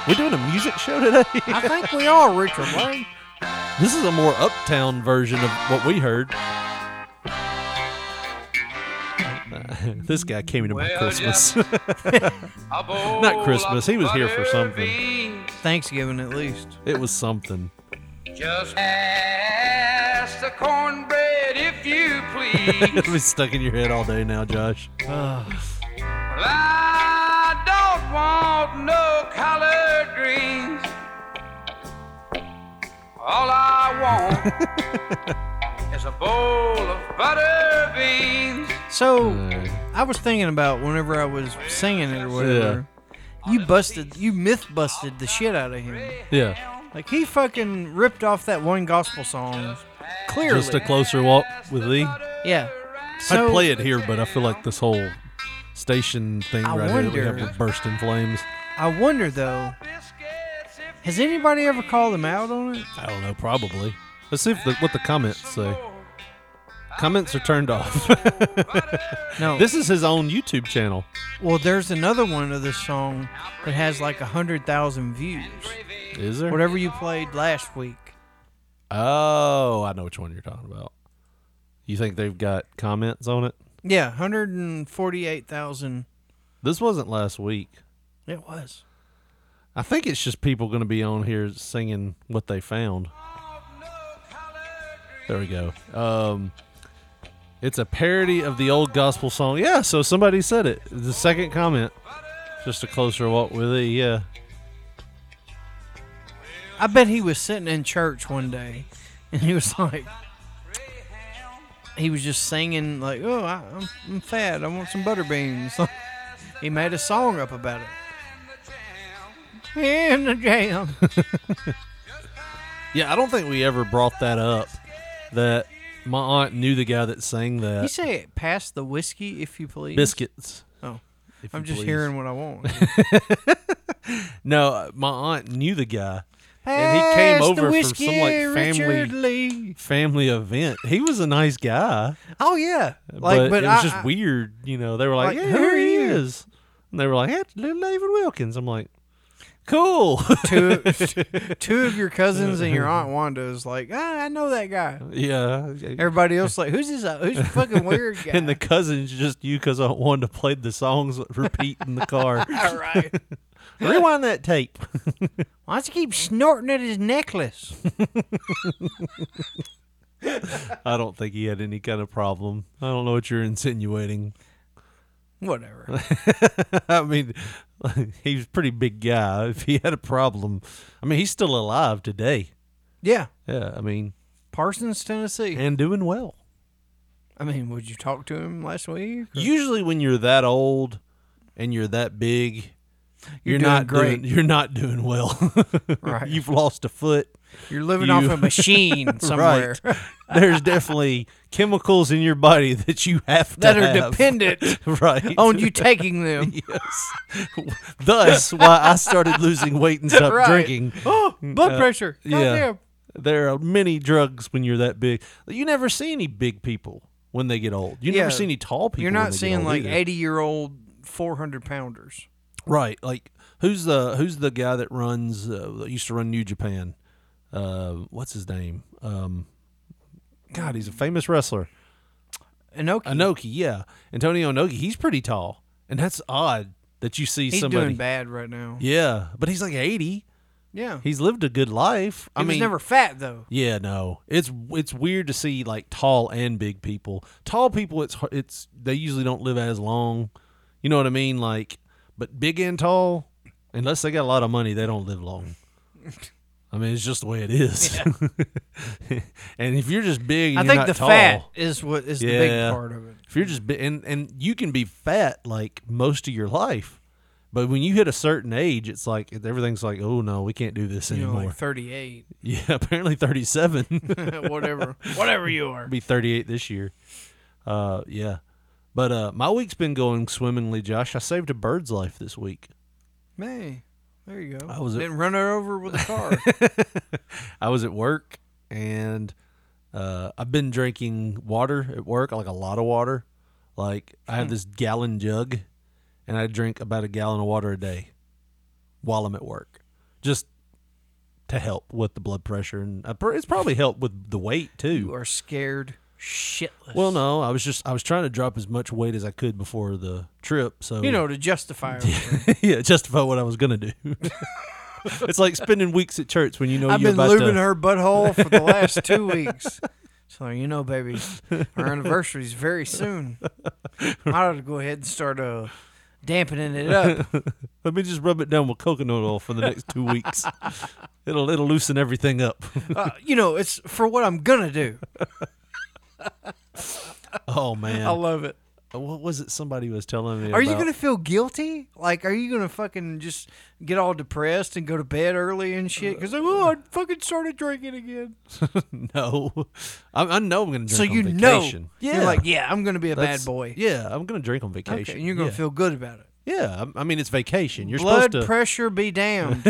E: We're doing a music show today.
G: I think we are, Richard. Wayne.
E: This is a more uptown version of what we heard. this guy came into my Christmas. Not Christmas. He was here for something.
G: Thanksgiving, at least.
E: It was something.
J: Ask the cornbread if you please.
E: It was stuck in your head all day now, Josh.
J: Well, I don't want no collard greens. All I want is a bowl of butter beans.
G: So I was thinking about whenever I was singing it or whatever. You busted, you myth busted the shit out of him.
E: Yeah.
G: Like he fucking ripped off that one gospel song. Clearly,
E: Just a closer walk with thee.
G: yeah.
E: I'd
G: So
E: play it here, but I feel like this whole station thing
G: I
E: right here that we
G: wonder-
E: have to burst in flames.
G: I wonder though, has anybody ever called him out on it?
E: I don't know, probably. Let's see if the, what the comments say. Comments are turned off.
G: No.
E: this is his own YouTube channel.
G: well, there's another one of this song that has like a hundred thousand views.
E: Is there?
G: Whatever you played last week.
E: Oh, I know which one you're talking about. You think they've got comments on it?
G: Yeah, hundred and forty-eight thousand.
E: This wasn't last week.
G: It was.
E: I think it's just people going to be on here singing what they found. There we go. Um, it's a parody of the old gospel song. Yeah, so somebody said it. The second comment, just a closer walk with it. Yeah,
G: I bet he was sitting in church one day, and he was like, he was just singing like, "Oh, I, I'm, I'm fat. I want some butter beans." he made a song up about it. In the jam.
E: yeah. I don't think we ever brought that up. That my aunt knew the guy that sang
G: you
E: that.
G: say it past the whiskey, if you please.
E: Biscuits.
G: Oh,
E: if
G: I'm
E: you
G: just
E: please.
G: hearing what I want.
E: No, uh, my aunt knew the guy. And he came
G: Pass the
E: over from
G: whiskey,
E: some, like,
G: Richard
E: family-
G: Lee.
E: family event. He was a nice guy,
G: Oh yeah,
E: but,
G: like but,
E: it was
G: I,
E: just
G: I-
E: weird. You know, they were like,
G: Like,
E: "Yeah,
G: who
E: here
G: are
E: he
G: you?"
E: is," and they were like, "That's little David Wilkins." I'm like, "Cool."
G: two, two of your cousins and your aunt Wanda is like, ah, I know that guy.
E: yeah,
G: Everybody else like, who's this? uh, Who's this fucking weird guy?
E: and the cousins just you because I wanted to play the songs repeat in the car.
G: All right.
E: Rewind that tape.
G: Why does he keep snorting at his necklace?
E: I don't think he had any kind of problem. I don't know what you're insinuating.
G: Whatever.
E: I mean, he was a pretty big guy. If he had a problem, I mean, he's still alive today.
G: Yeah,
E: Yeah, I mean,
G: Parsons, Tennessee.
E: and doing well.
G: I mean, would you talk to him last week?
E: Usually, when you're that old and you're that big, you're,
G: doing
E: not
G: great.
E: Doing, you're not doing well.
G: Right.
E: You've lost a foot.
G: You're living off
E: You-
G: a machine somewhere
E: Right. There's definitely chemicals in your body that you have to
G: that are
E: have.
G: dependent
E: right
G: on you taking them.
E: Yes. Thus, why I started losing weight and stopped
G: Right.
E: drinking.
G: Oh, blood pressure.
E: yeah.
G: Goddamn.
E: There are many drugs when you're that big. You never see any big people when they get old. You
G: Yeah.
E: never see any tall people.
G: You're
E: when
G: not
E: they get
G: seeing
E: old
G: like
E: either.
G: 80 year old 400 pounders.
E: Right. Like who's the who's the guy that runs uh, that used to run New Japan? Uh, what's his name? Um, God, he's a famous wrestler.
G: Inoki.
E: Anoki, yeah, Antonio Anoki. He's pretty tall, and that's odd that you see
G: He's
E: somebody.
G: doing bad right now.
E: Yeah, but he's like eighty.
G: Yeah. He,
E: He's lived a good life. I
G: was
E: mean,
G: never fat though.
E: Yeah, no, it's it's weird to see like tall and big people. Tall people, it's har- it's they usually don't live as long. You know what I mean? Like, but big and tall, unless they got a lot of money, they don't live long. I mean, it's just the way it is. and if you're just big, and
G: I
E: you're
G: think
E: not
G: the
E: tall,
G: fat is what is the big
E: Yeah.
G: part of it.
E: If you're just bi- and and you can be fat like most of your life, but when you hit a certain age, it's like everything's like, oh no, we can't do this
G: You know,
E: anymore.
G: like 38,
E: yeah, apparently thirty-seven.
G: whatever, whatever you are.
E: be 38 this year. Uh, yeah. But uh, my week's been going swimmingly, Josh. I saved a bird's life this week.
G: May. There you go.
E: I was at-
G: Didn't run her over with a car.
E: I was at work and uh, I've been drinking water at work, like a lot of water. Like I
G: Hmm.
E: have this gallon jug and I drink about a gallon of water a day while I'm at work, just to help with the blood pressure. And I, pr- it's probably helped with the weight too.
G: you are scared shitless.
E: well, no, I was just I was trying to drop as much weight as I could before the trip. So
G: You know, to justify everything.
E: yeah, justify what I was gonna do. it's like spending weeks at church when Oh, you know
G: I've
E: you're
G: been
E: about
G: lubing
E: to.
G: her butthole for the last two weeks. So you know, baby, our anniversary's very soon. I ought to go ahead and start uh, dampening it up.
E: Let me just rub it down with coconut oil for the next two weeks. It'll it'll loosen everything up.
G: Uh, you know, it's for what I'm gonna do.
E: oh man,
G: I love it.
E: what was it? Somebody was telling me.
G: Are you
E: about-
G: gonna feel guilty? Like, are you gonna fucking just get all depressed and go to bed early and shit? Because like, oh, I fucking started drinking again.
E: No, I, I know I'm gonna drink.
G: So
E: on
G: you
E: vacation.
G: know,
E: yeah,
G: you're like, yeah, I'm gonna be a
E: That's-
G: bad boy.
E: Yeah, I'm gonna drink on
G: okay,
E: vacation.
G: and you're gonna
E: yeah.
G: feel good about it.
E: Yeah, I, I mean it's vacation. You're
G: Blood
E: supposed to.
G: pressure be damned.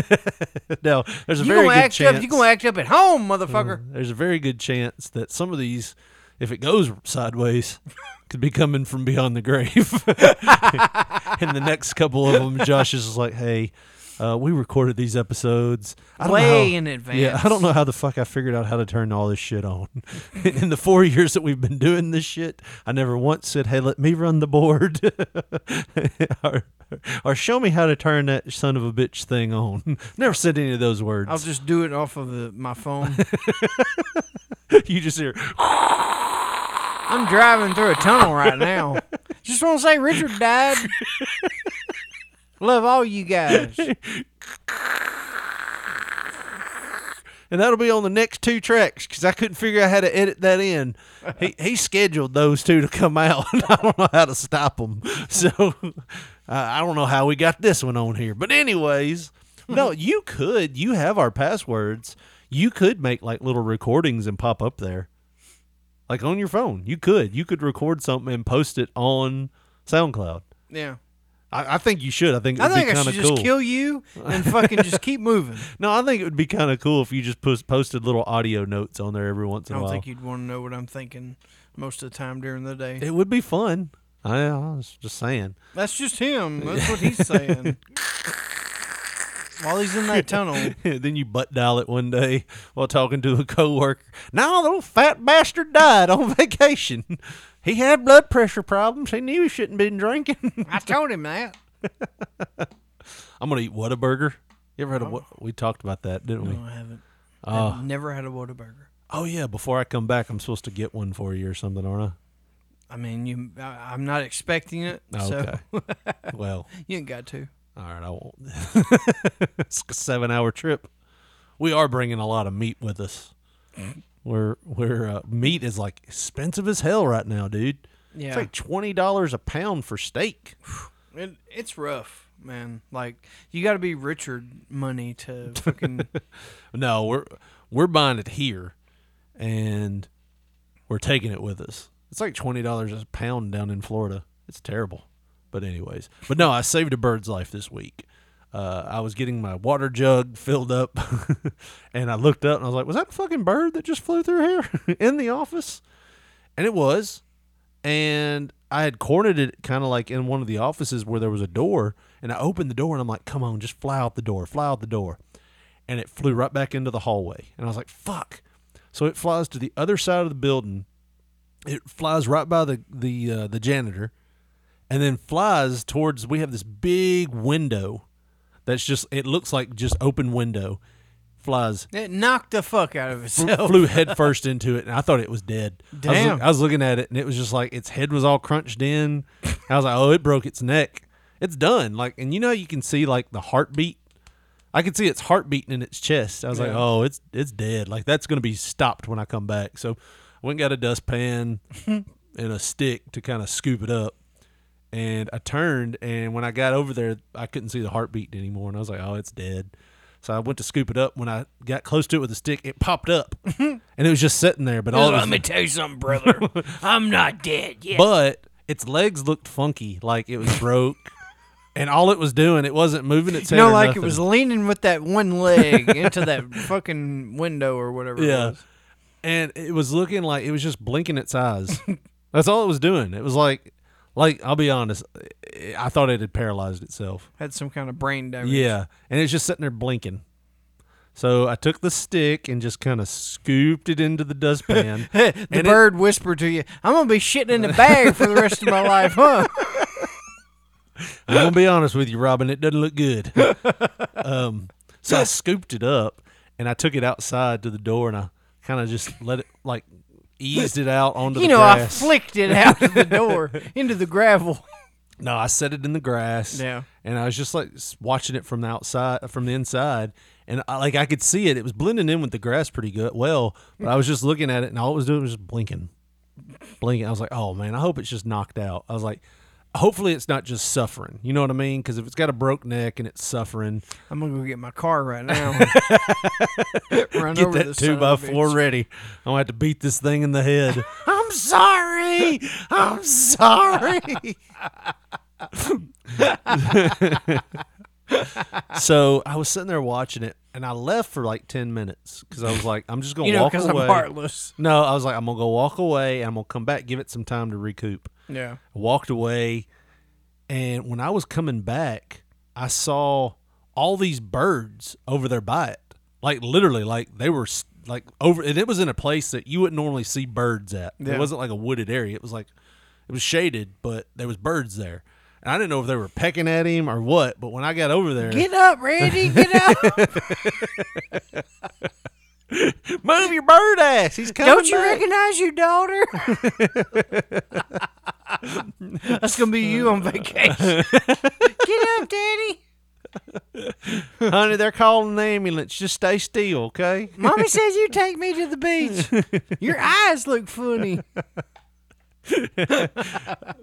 E: no, there's a
G: You
E: very
G: gonna
E: good
G: act
E: chance. Uh,
G: up? You gonna act up at home, motherfucker?
E: There's a very good chance that some of these, if it goes sideways, could be coming from beyond the grave. and the next couple of them, Josh is just like, hey, uh, we recorded these episodes I don't know
G: Way
E: how-
G: in advance.
E: Yeah, I don't know how the fuck I figured out how to turn all this shit on. in the four years that we've been doing this shit, I never once said, hey, let me run the board. or, or show me how to turn that son of a bitch thing on. never said any of those words.
G: I'll just do it off of the, my phone.
E: you just hear.
G: I'm driving through a tunnel right now. Just want to say Richard died. Love all you guys.
E: and that'll be on the next two tracks because I couldn't figure out how to edit that in. He he scheduled those two to come out. I don't know how to stop them, so uh, I don't know how we got this one on here. But anyways, no, you could. You have our passwords. You could make like little recordings and pop up there, like on your phone. You could. You could record something and post it on SoundCloud.
G: Yeah.
E: I, I think you should. I think it
G: I
E: would
G: think
E: be
G: I
E: kind
G: should
E: of
G: just
E: cool.
G: kill you and fucking just keep moving.
E: no, I think it would be kind of cool if you just post, posted little audio notes on there every once
G: I
E: in a
G: don't
E: while.
G: think you'd want to know what I'm thinking most of the time during the day.
E: It would be fun. I, I was just saying.
G: That's just him. That's what he's saying. While he's in that tunnel.
E: then you butt dial it one day while talking to a coworker. No, the little fat bastard died on vacation. He had blood pressure problems. He knew he shouldn't been drinking.
G: I told him that.
E: I'm gonna eat Whataburger. You ever had a? Ah. Wha- We talked about that, didn't we?
G: No, I haven't. I've never had a Whataburger.
E: Oh yeah. Before I come back, I'm supposed to get one for you or something, aren't
G: I mean, you. I, I'm not expecting it,
E: I?
G: so
E: Oh, Okay. well,
G: you ain't got to.
E: All right, I won't. it's a seven-hour trip. We are bringing a lot of meat with us. We're we're uh, meat is like expensive as hell right now, dude.
G: Yeah.
E: It's like twenty dollars a pound for steak.
G: It, it's rough, man. Like you got to be Richard money to fucking.
E: No, we're we're buying it here, and we're taking it with us. It's like twenty dollars a pound down in Florida. It's terrible, but anyways. But no, I saved a bird's life this week. Uh, I was getting my water jug filled up, and I looked up and I was like, "Was that a fucking bird that just flew through here in the office?" And it was. And I had cornered it kind of like in one of the offices where there was a door, and I opened the door and I'm like, "Come on, just fly out the door, fly out the door." and it flew right back into the hallway. And I was like, fuck. So it flies to the other side of the building. It flies right by the the uh, the janitor, and then flies towards. We have this big window, that's just. It looks like just open window. Flies
G: it knocked the fuck out of
E: fl-
G: itself.
E: flew headfirst into it, and I thought it was dead. I was,
G: Damn.
E: look- I was looking at it, and it was just like its head was all crunched in. I was like, oh, it broke its neck. It's done. Like, and you know, you can see like the heartbeat. I could see its heart beating in its chest. I was like, oh, it's it's dead. Like that's gonna be stopped when I come back. So I went and got a dustpan and a stick to kind of scoop it up. And I turned, and when I got over there, I couldn't see the heartbeat anymore, and I was like, "Oh, it's dead." So I went to scoop it up. When I got close to it with a stick, it popped up, and it was just sitting there. But all
C: Let
E: it was,
C: me tell you something, brother. I'm not dead yet.
E: but its legs looked funky, like it was broke, and all it was doing, it wasn't moving its
G: you
E: head.
G: know,
E: or
G: like
E: nothing.
G: it was leaning with that one leg into that fucking window or whatever. It
E: Yeah.
G: was.
E: And it was looking like it was just blinking its eyes. That's all it was doing. It was like, like I'll be honest, I- I thought it had paralyzed itself.
G: had some kind of brain damage.
E: Yeah, and it's just sitting there blinking. So I took the stick and just kind of scooped it into the dustpan.
G: the
E: And it-
G: bird whispered to you, "I'm gonna be shitting in the bag for the rest of my life, huh?"
E: I'm gonna be honest with you, Robin. It doesn't look good. um, so I scooped it up and I took it outside to the door and I kind of just let it like eased it out onto
G: You
E: the
G: know, I
E: grass.
G: flicked it out of the door into the gravel.
E: No, I set it in the grass.
G: Yeah.
E: And I was just like s- watching it from the outside, from the inside, and I, like I could see it. It was blending in with the grass pretty good, well. But I was just looking at it, and all it was doing was just blinking, blinking. I was like, oh man, I hope it's just knocked out. I was like, hopefully it's not just suffering. You know what I mean? Because if it's got a broke neck and it's suffering,
G: I'm gonna go get my car right now. Run
E: get
G: over
E: that
G: this
E: two
G: son
E: by
G: of a
E: four
G: bitch.
E: ready. I'm gonna have to beat this thing in the head. I'm sorry. I'm sorry. so I was sitting there watching it, and I left for like ten minutes because I was like, I'm just gonna
G: You know,
E: walk
G: because
E: away.
G: I'm heartless.
E: no, I was like, I'm gonna go walk away, and I'm gonna come back, give it some time to recoup.
G: Yeah.
E: I walked away and when i was coming back i saw all these birds over there by it like literally like they were s- like over and it was in a place that you wouldn't normally see birds at
G: Yeah.
E: it wasn't like a wooded area it was like it was shaded but there was birds there and i didn't know if they were pecking at him or what but when i got over there
G: Get up, Randy. Get up.
E: move your bird ass he's coming
G: Don't you
E: back.
G: recognize your daughter? That's gonna be you on vacation. Get up, Daddy.
E: honey they're calling the ambulance just stay still okay
G: Mommy says you take me to the beach. Your eyes look funny.
E: but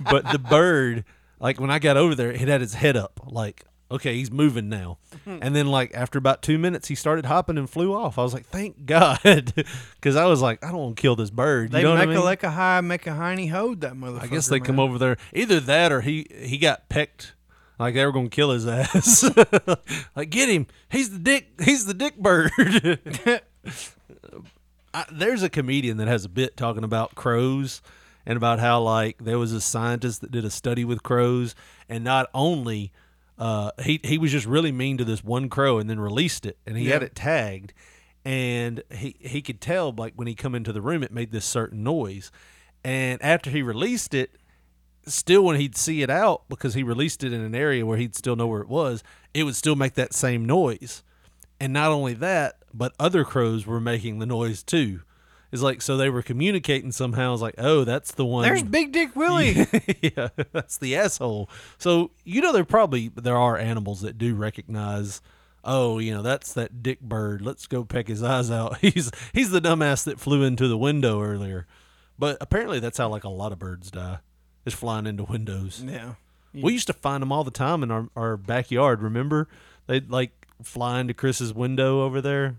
E: but the bird like when i got over there it had his head up like okay he's moving now and then like after about two minutes he started hopping and flew off i was like thank god because i was like i don't want to kill this bird you
G: They
E: know what I
G: make
E: mean?
G: a lick a high, make a hiney hold that motherfucker.
E: I guess they come
G: man.
E: over there. Either that or he he got pecked. Like they were gonna kill his ass. like get him. He's the dick. He's the dick bird. I, there's a comedian that has a bit talking about crows and about how like there was a scientist that did a study with crows and not only uh, he he was just really mean to this one crow and then released it and he had it tagged and he he could tell like when he come into the room it made this certain noise and after he released it still when he'd see it out because he released it in an area where he'd still know where it was it would still make that same noise and not only that but other crows were making the noise too It's like so they were communicating somehow. It's like, oh, that's the one.
G: There's Big Dick Willie.
E: yeah, that's the asshole. So you know, there probably there are animals that do recognize. Oh, you know, that's that dick bird. Let's go peck his eyes out. He's he's the dumbass that flew into the window earlier. But apparently, that's how like a lot of birds die. Is flying into windows.
G: Yeah.
E: We used to find them all the time in our, our backyard. Remember, they'd like fly into Chris's window over there.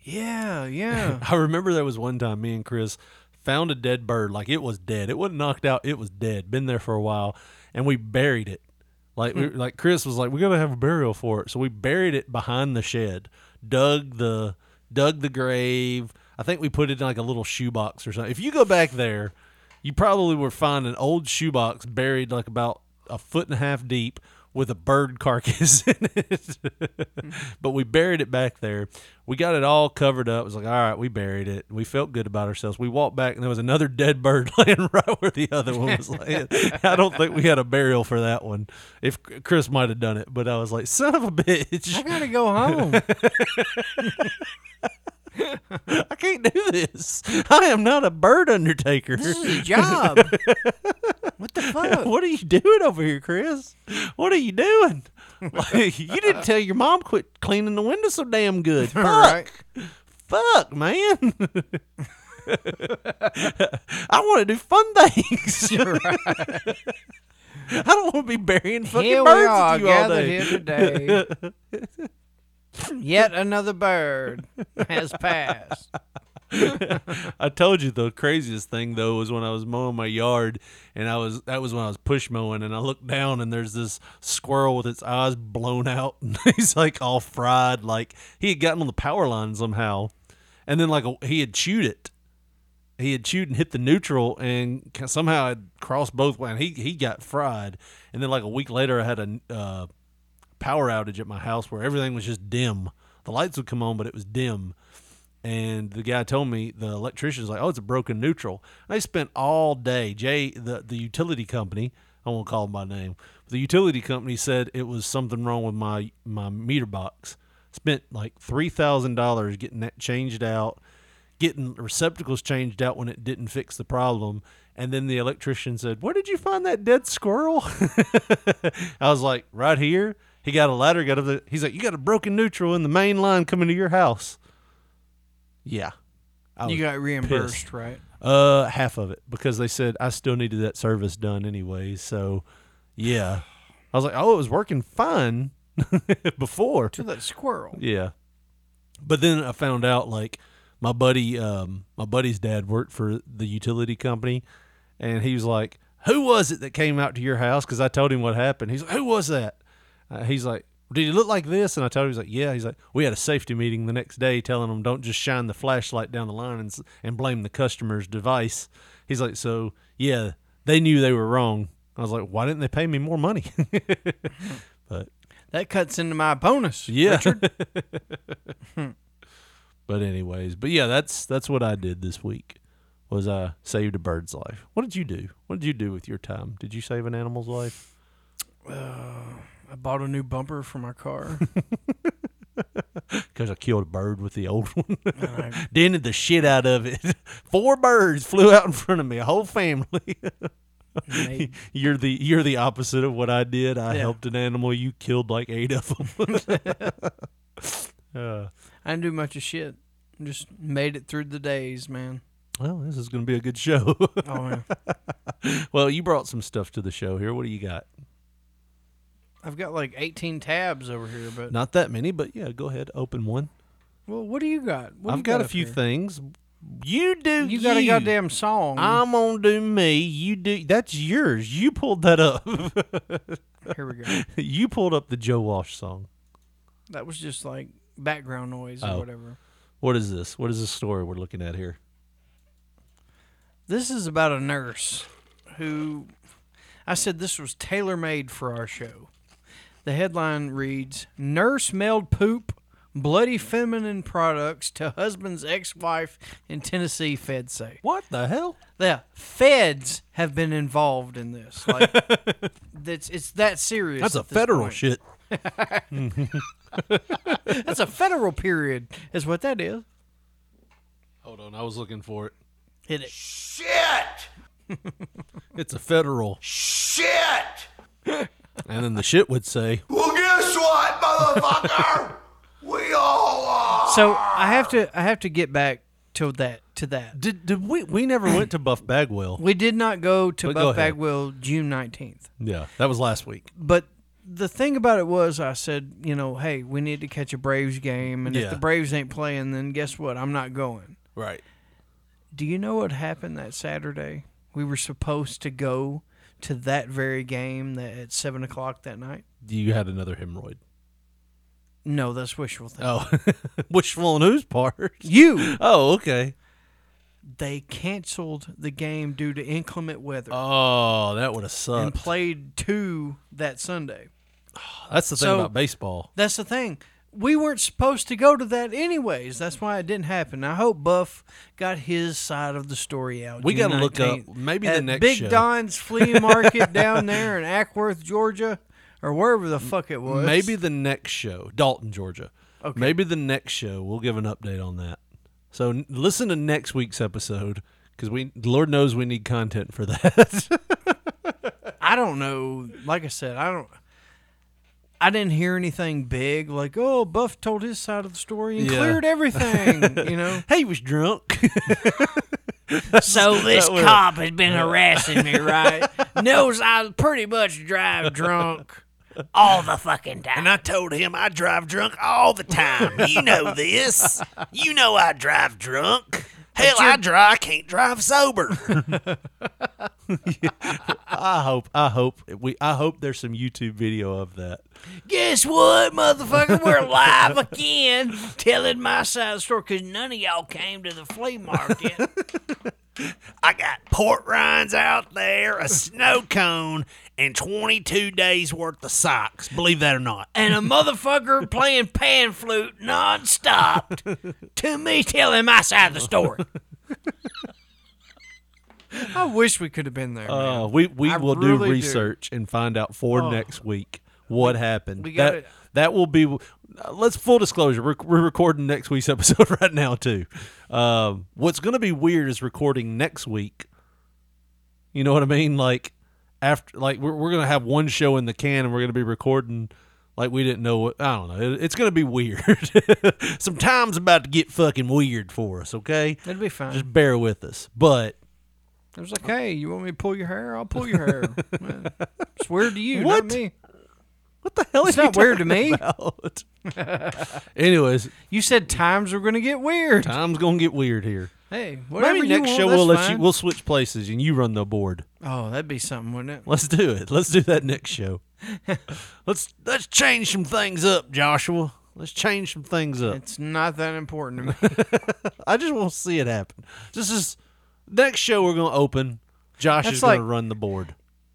G: Yeah, yeah.
E: I remember there was one time me and Chris found a dead bird. Like it was dead. It wasn't knocked out. It was dead. Been there for a while, and we buried it. Like we, like Chris was like, we gotta have a burial for it. So we buried it behind the shed. Dug the dug the grave. I think we put it in like a little shoebox or something. If you go back there, you probably would find an old shoebox buried like about a foot and a half deep with a bird carcass in it. but we buried it back there. We got it all covered up. It was like, all right, we buried it. We felt good about ourselves. We walked back and there was another dead bird laying right where the other one was laying. I don't think we had a burial for that one. If Chris might have done it, but I was like, son of a
G: I
E: bitch,
G: gotta go home.
E: I can't do this. I am not a bird undertaker.
G: this is a job. What the fuck?
E: what are you doing over here, Chris? What are you doing? Like, you didn't tell your mom quit cleaning the window so damn good. Fuck,
G: Right.
E: fuck, man. I want to do fun things. I don't want to be burying fucking
G: Here we
E: birds
G: are
E: with you all
G: gathered
E: day.
G: here today. Yet another bird has passed.
E: I told you the craziest thing though was when I was mowing my yard, and I was that was when I was push mowing, and I looked down and there's this squirrel with its eyes blown out, and he's like all fried, like he had gotten on the power line somehow, and then like a, he had chewed it, he had chewed and hit the neutral, and ca- somehow it crossed both ways. and He he got fried, and then like a week later I had a uh, power outage at my house where everything was just dim. The lights would come on, but it was dim and the guy told me the electrician's like, "Oh, it's a broken neutral." And they spent all day. Jay, the the utility company, I won't call them by name. The utility company said it was something wrong with my my meter box. Spent like three thousand dollars getting that changed out, getting receptacles changed out when it didn't fix the problem. And then the electrician said, "Where did you find that dead squirrel?" I was like, "Right here." He got a ladder, got up. There. He's like, "You got a broken neutral in the main line coming to your house." Yeah. I was,
G: You got reimbursed, right?
E: uh half of it because they said I still needed that service done anyway. So yeah. I was like, "Oh, it was working fine before."
G: To that squirrel.
E: Yeah. But then I found out like my buddy um my buddy's dad worked for the utility company and he was like, "Who was it that came out to your house?" cuz I told him what happened. He's like, "Who was that?" Uh, he's like, "Did he look like this?" And I told him he's like, "Yeah." He's like, "We had a safety meeting the next day telling them don't just shine the flashlight down the line and s- and blame the customer's device." He's like, "So, yeah, they knew they were wrong." I was like, "Why didn't they pay me more money?"
G: That cuts into my bonus.
E: Yeah. Hmm. but anyways, but yeah, that's that's what I did this week. Was I saved a bird's life? What did you do? What did you do with your time? Did you save an animal's life?
G: I bought a new bumper for my car.
E: Because I killed a bird with the old one,
G: And I-
E: dented the shit out of it. Four birds flew out in front of me, a whole family.
G: made-
E: you're the you're the opposite of what I did. I
G: Yeah.
E: helped an animal. You killed like eight of them. uh,
G: I didn't do much of shit. Just made it through the days, man.
E: well, this is gonna be a good show.
G: Oh, yeah.
E: well, you brought some stuff to the show here. What do you got?
G: I've got like 18 tabs over here, but
E: Not that many, but yeah, go ahead, open one.
G: well, what do you got? What do
E: I've
G: you
E: got, a
G: up
E: few
G: here?
E: things. You do.
G: You got a goddamn song.
E: I'm gonna do me. You do. That's yours. You pulled that up.
G: here we go.
E: you pulled up the Joe Walsh song.
G: That was just like background noise or
E: Oh.
G: whatever.
E: What is this? What is this story we're looking at here?
G: This is about a nurse who I said this was tailor made for our show. The headline reads Nurse mailed poop, bloody feminine products to husband's ex wife in Tennessee, Fed say.
E: What the hell?
G: The feds have been involved in this. Like, that's, it's that serious.
E: That's a
G: at this
E: federal
G: point.
E: shit.
G: That's a federal period, is what that is.
E: Hold on, I was looking for it.
G: Hit it.
J: Shit!
E: It's a federal.
J: Shit!
E: And then the shit would say,
J: Well, guess what, motherfucker? we all are.
G: So I have to I have to get back to that to that.
E: did, did we, we never went to Buff Bagwell.
G: We did not go to
E: But go
G: Buff
E: ahead.
G: Bagwell June nineteenth.
E: Yeah, that was last week.
G: But the thing about it was I said, you know, hey, we need to catch a Braves game and
E: Yeah.
G: if the Braves ain't playing then guess what? I'm not going.
E: Right.
G: Do you know what happened that Saturday? We were supposed to go to that very game that at seven o'clock that night.
E: You had another hemorrhoid.
G: No, that's wishful thinking.
E: Oh, wishful on whose part?
G: You
E: Oh, okay.
G: they canceled the game due to inclement weather
E: Oh, that would have
G: and
E: sucked.
G: played two that Sunday.
E: That's the thing
G: so-
E: about baseball.
G: That's the thing. We weren't supposed to go to that anyways. That's why it didn't happen. I hope Buff got his side of the story out.
E: We
G: June
E: gotta look up
G: 19th
E: maybe
G: at
E: the next
G: Big
E: show.
G: Don's flea market down there in Ackworth, Georgia, or wherever the fuck it was.
E: Maybe the next show, Dalton, Georgia.
G: Okay.
E: Maybe the next show, we'll give an update on that. So n- listen to next week's episode because we, Lord knows, we need content for that.
G: I don't know. Like I said, I don't. I didn't hear anything big like, "Oh, Buff told his side of the story and
E: Yeah.
G: cleared everything," you know.
E: hey, he was drunk.
G: So this
E: That would've-
G: cop has been harassing me, right? Knows I pretty much drive drunk all the fucking time.
D: I told him I drive drunk all the time. You know this. You know I drive drunk. Hell, I drive. I can't drive sober.
E: I hope. I hope we. I hope there's some YouTube video of that.
G: Guess what, motherfucker? We're live again telling my side of the story because none of y'all came to the flea market.
D: I got port rinds out there, a snow cone, and 22 days worth of socks. Believe that or not.
G: and a motherfucker playing pan flute nonstop to me telling my side of the story. I wish we could have been there.
E: Uh, we we
G: I
E: will
G: really
E: do
G: do. Oh.
E: research and find out for next week what happened.
G: we
E: that
G: gotta-
E: that will be. uh, let's full disclosure. We're, we're recording next week's episode right now too. Um, what's going to be weird is recording next week. You know what I mean? Like after, like we're we're gonna have one show in the can, and we're gonna be recording. Like we didn't know what I don't know. It, it's gonna be weird. Some time's about to get fucking weird for us. Okay,
G: It'd be fine.
E: just bear with us. But
G: It was like, hey, you want me to pull your hair? I'll pull your hair. Man, it's weird to you,
E: What?
G: not me.
E: what the hell is
G: It's not weird to me.
E: out. Anyways,
G: You said times were going to get weird.
E: time's gonna get weird here.
G: Hey, whatever
E: Maybe
G: you
E: next
G: want,
E: show
G: that's
E: we'll let
G: fine.
E: you we'll switch places and you run the board.
G: oh, that'd be something, wouldn't it?
E: Let's do it. Let's do that next show. let's let's change some things up, Joshua. Let's change some things up.
G: It's not that important to me.
E: I just want to see it happen. This is next show we're gonna open. Josh
G: That's
E: is gonna
G: like-
E: run the board.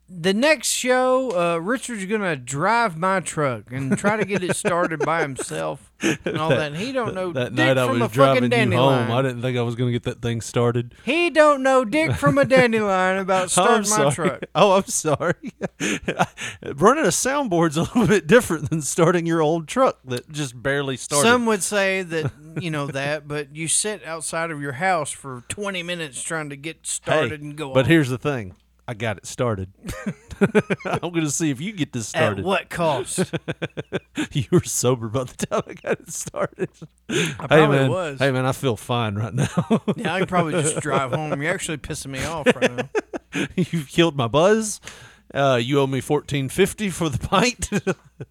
G: the next show, uh, Richard's going to drive my truck and try to get it started by himself and all that. He don't know
E: That
G: dick
E: night I
G: from
E: was
G: a fucking
E: driving you home.
G: dandelion.
E: I didn't think I was gonna get that thing started.
G: He don't know dick from a dandelion about starting
E: I'm
G: my
E: sorry.
G: truck.
E: Oh, I'm sorry. Running a soundboard's a little bit different than starting your old truck that just barely started.
G: Some would say that you know that, but you sit outside of your house for twenty minutes trying to get
E: Hey,
G: started and go.
E: But
G: on.
E: here's the thing. I got it started. I'm going to see if you get this
G: at
E: started.
G: what cost?
E: You were sober by the time I got it started. I hey,
G: probably
E: man.
G: was.
E: Hey, man, I feel fine right now.
G: yeah, I could probably just drive home. You're actually pissing me off right now.
E: You've killed my buzz. Uh, you owe me fourteen fifty for the pint.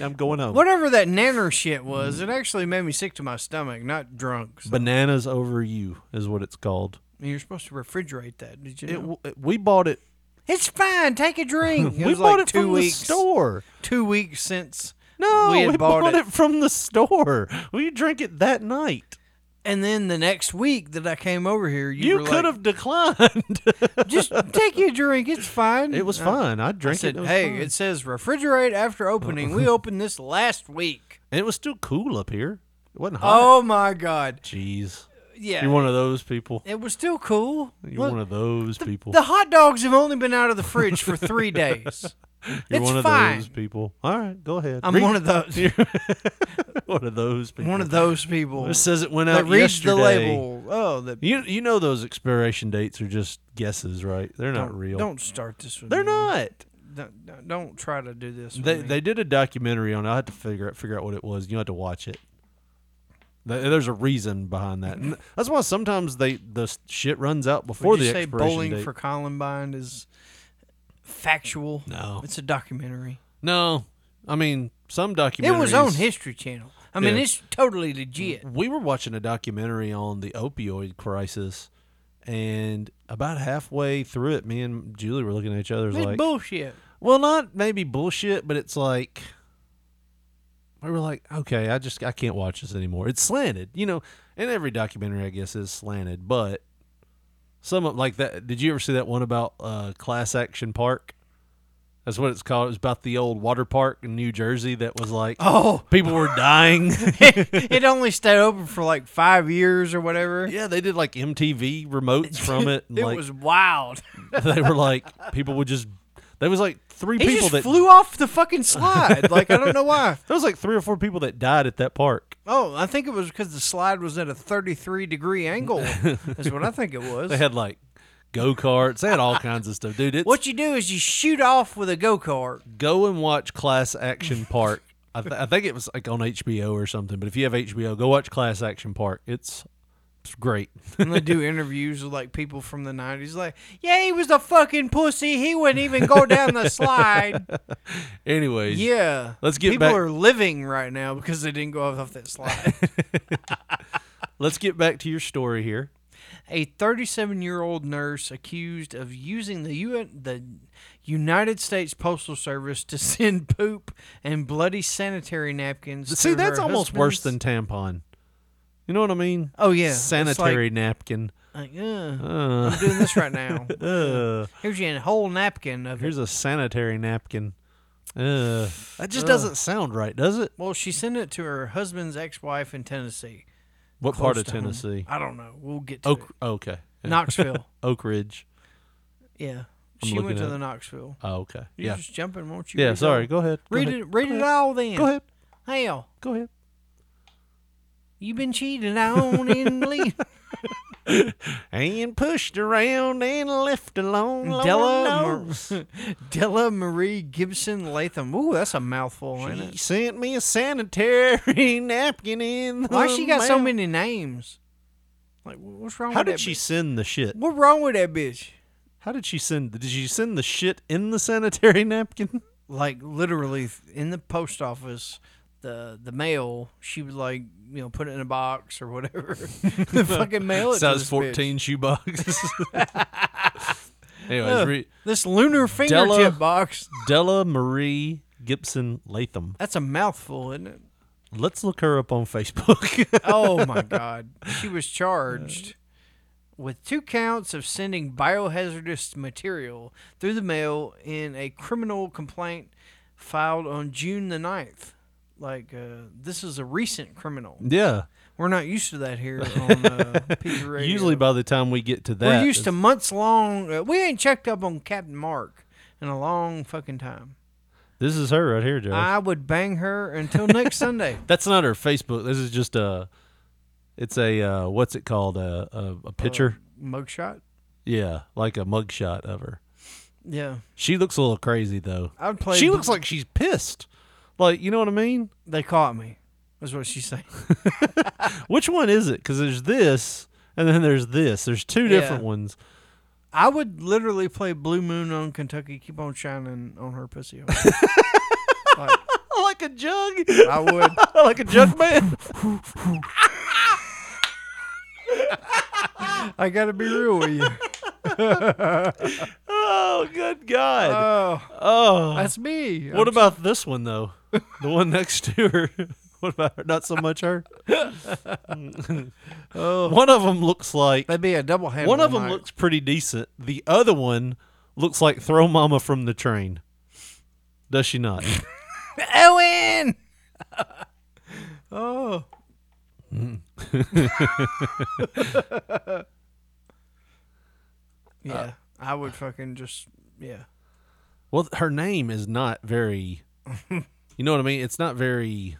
E: I'm going home.
G: Whatever that nanner shit was, it actually made me sick to my stomach. Not drunk. So
E: Bananas over you is what it's called.
G: You're supposed to refrigerate that. Did you?
E: It,
G: know?
E: w- we bought it.
G: it's fine. Take a drink. It
E: we
G: was
E: bought
G: like
E: it
G: two
E: from
G: weeks.
E: the store.
G: Two weeks since.
E: No,
G: we had bought, it.
E: from the store. We drank it that night.
G: and then the next week that I came over here, you,
E: You
G: were
E: could
G: like,
E: have declined.
G: just take your drink. It's fine.
E: It was
G: I-
E: fun. I
G: I
E: drank
G: said,
E: it. It was
G: hey,
E: fun.
G: it says refrigerate after opening. we opened this last week.
E: and it was still cool up here. It wasn't hot.
G: Oh my god.
E: jeez,
G: Yeah.
E: you're one of those people.
G: it was still cool.
E: You're
G: Look,
E: one of those people.
G: the hot dogs have only been out of the fridge for three days.
E: You're
G: It's
E: one of
G: fine.
E: those people. All right, go ahead.
G: I'm
E: Read-
G: one of those.
E: You're one of those people.
G: One of those people
E: It says it went out
G: that reads
E: yesterday.
G: the label. Oh, that
E: You you know those expiration dates are just guesses, right? They're not
G: don't,
E: real.
G: Don't start this with
E: They're
G: me.
E: not.
G: Don't, don't- don't try to do this. with
E: They
G: me.
E: they did a documentary on. it. I had to figure out figure out what it was. You had to watch it. Th- There's a reason behind that. And that's why sometimes they the s- shit runs out before
G: Would
E: the
G: you say
E: expiration
G: bowling
E: date.
G: for Columbine is factual?
E: No.
G: it's a documentary.
E: no, I mean some documentaries.
G: It was on History Channel. I mean,
E: Yeah. Mm-hmm.
G: it's totally legit.
E: we were watching a documentary on the opioid crisis, and about halfway through it, me and Julie were looking at each other
G: It's
E: like,
G: bullshit.
E: well, not maybe bullshit, but it's like we were like, okay, I just I can't watch this anymore. It's slanted, you know, and every documentary I guess is slanted, but some of like that. Did you ever see that one about uh, Class Action Park? That's what it's called. It was about the old water park in New Jersey that was like
G: Oh,
E: people were dying.
G: it only stayed open for like five years or whatever.
E: Yeah, they did like MTV remotes from it. And
G: It
E: like,
G: was wild.
E: they were like people would just. There was like three
G: He
E: people
G: just
E: that
G: flew off the fucking slide. like I don't know why.
E: There was like three or four people that died at that park.
G: Oh, I think it was because the slide was at a 33 degree angle. That's what I think it was.
E: They had like go karts. They had all kinds of stuff, dude. It's
G: what you do is you shoot off with a go kart.
E: go and watch Class Action Park. I, th- I think it was like on HBO or something. But if you have HBO, go watch Class Action Park. It's it's great.
G: And they do interviews with like people from the 90s, like, yeah, he was a fucking pussy. He wouldn't even go down the slide.
E: Anyways,
G: Yeah.
E: Let's get
G: people
E: back-
G: are living right now because they didn't go off that slide.
E: let's get back to your story here.
G: a 37 year old nurse accused of using the UN, the United States Postal Service to send poop and bloody sanitary napkins.
E: See,
G: to
E: that's
G: her
E: almost worse than
G: husband's-
E: tampon. You know what I mean?
G: Oh, yeah. It's
E: sanitary napkin.
G: Like, yeah,
E: Uh,
G: I'm doing this right now.
E: uh.
G: Here's your whole napkin of it.
E: Here's a sanitary napkin. Ugh. That just doesn't sound right, does it?
G: Well, she sent it to her husband's ex-wife in Tennessee.
E: What part of
G: Close to home.
E: Tennessee?
G: I don't know. We'll get to
E: Oak. oh, Okay.
G: it. Knoxville.
E: Oak Ridge.
G: Yeah,
E: I'm
G: she
E: looking
G: went to
E: at
G: the
E: it.
G: Knoxville.
E: Oh, okay.
G: You're
E: Yeah.
G: just jumping, won't you?
E: Yeah.
G: Read
E: Sorry.
G: all-
E: Go ahead. Go
G: Read
E: ahead.
G: it. Read it all then.
E: Go ahead.
G: Hell,
E: Go ahead.
G: you've been cheated on in Lee.
E: And pushed around and left alone. Lord
G: Della,
E: knows.
G: Mar- Della Marie Gibson Latham. Ooh, that's a mouthful, ain't
E: She
G: it?
E: sent me a sanitary napkin in.
G: Why
E: the
G: she got so
E: mail.
G: many names? Like, wh- what's wrong?
E: How
G: with
E: did
G: that
E: she
G: bitch?
E: send the shit?
G: What's wrong with that bitch?
E: How did she send? Did she send the shit in the sanitary napkin?
G: Like literally th- in the post office, the the mail. She would like you know put it in a box or whatever. the fucking mail. It to
E: size
G: this bitch.
E: 14 shoebox. Anyways,
G: Ugh,
E: re-
G: this lunar fingertip
E: Della-
G: box.
E: Della Marie Gibson Latham.
G: That's a mouthful, isn't it?
E: Let's look her up on Facebook.
G: Oh my God. She was charged with two counts of sending biohazardous material through the mail in a criminal complaint filed on June the 9th. Like, uh, this is a recent criminal.
E: yeah.
G: We're not used to that here on uh, PG Radio.
E: Usually by the time we get to that,
G: We're used to months long. Uh, we ain't checked up on Captain Mark in a long fucking time.
E: this is her right here, Joe.
G: I would bang her until next Sunday.
E: That's not her Facebook. This is just a. It's a uh, what's it called? A a, a picture.
G: Mugshot?
E: yeah, like a mugshot of her.
G: Yeah.
E: She looks a little crazy though.
G: I'd play.
E: She looks like she's pissed. Like you know what I mean?
G: They caught me. That's what she's saying.
E: Which one is it? Because there's this, and then there's this. There's two
G: Yeah.
E: different ones.
G: I would literally play Blue Moon on Kentucky, keep on shining on her pussy. hole. like,
E: Like a jug.
G: I would.
E: like a jug man.
G: I gotta be real with you.
E: Oh, good God.
G: Oh,
E: oh.
G: that's me.
E: what about this one, though? The one next to her. What about her? Not so much her. One of them looks like.
G: That'd be a double handle.
E: One of them
G: knife.
E: looks pretty decent. The other one looks like Throw Mama from the Train. Does she not?
G: Owen. oh, yeah. I would fucking just yeah.
E: Well, her name is not very. You know what I mean? It's not very.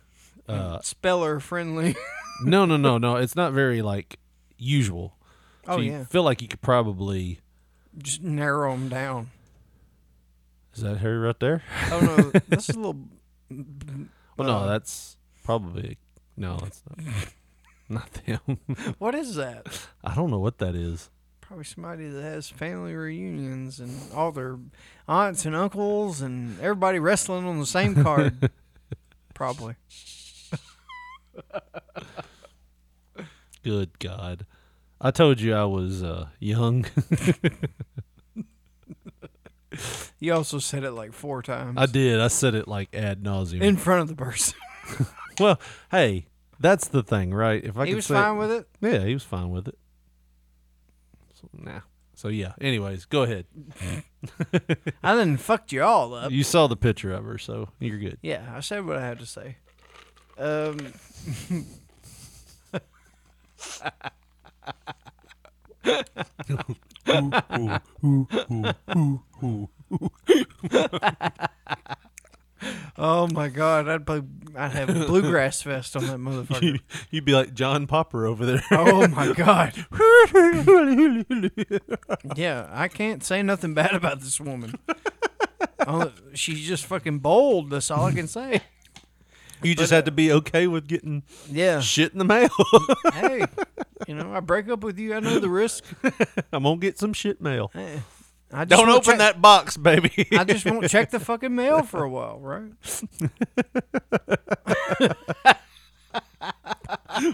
E: Uh,
G: Speller friendly.
E: no, no, no, no. It's not very like usual. So
G: Oh,
E: you
G: yeah.
E: Feel like you could probably.
G: Just narrow them down.
E: Is that her right there?
G: Oh no, this is a little.
E: Well,
G: Uh.
E: no, that's probably no. That's not. Not them.
G: What is that?
E: I don't know what that is.
G: Probably somebody that has family reunions and all their aunts and uncles and everybody wrestling on the same card. Probably.
E: Good God. I told you I was uh, young.
G: You also said it like four times
E: I did. I said it like ad nauseum.
G: in front of the person.
E: well, hey, that's the thing, right? If I
G: he
E: could
G: was
E: say
G: fine with it.
E: Yeah, he was fine with it. So, nah. So yeah. Anyways, go ahead.
G: I then fucked you all up.
E: You saw the picture of her, so you're good.
G: Yeah, I said what I had to say. Um. oh my god, I'd play I'd have a bluegrass fest on that motherfucker.
E: You'd be like John Popper over there.
G: Oh my god. Yeah, I can't say nothing bad about this woman. Oh, she's just fucking bold, that's all I can say.
E: you just had to be okay with getting
G: Yeah.
E: shit in the mail.
G: hey, you know, I break up with you. I know the risk.
E: I'm gonna get some shit mail.
G: I just
E: Don't
G: won't
E: open
G: check-
E: that box, baby.
G: I just won't check the fucking mail for a while, right?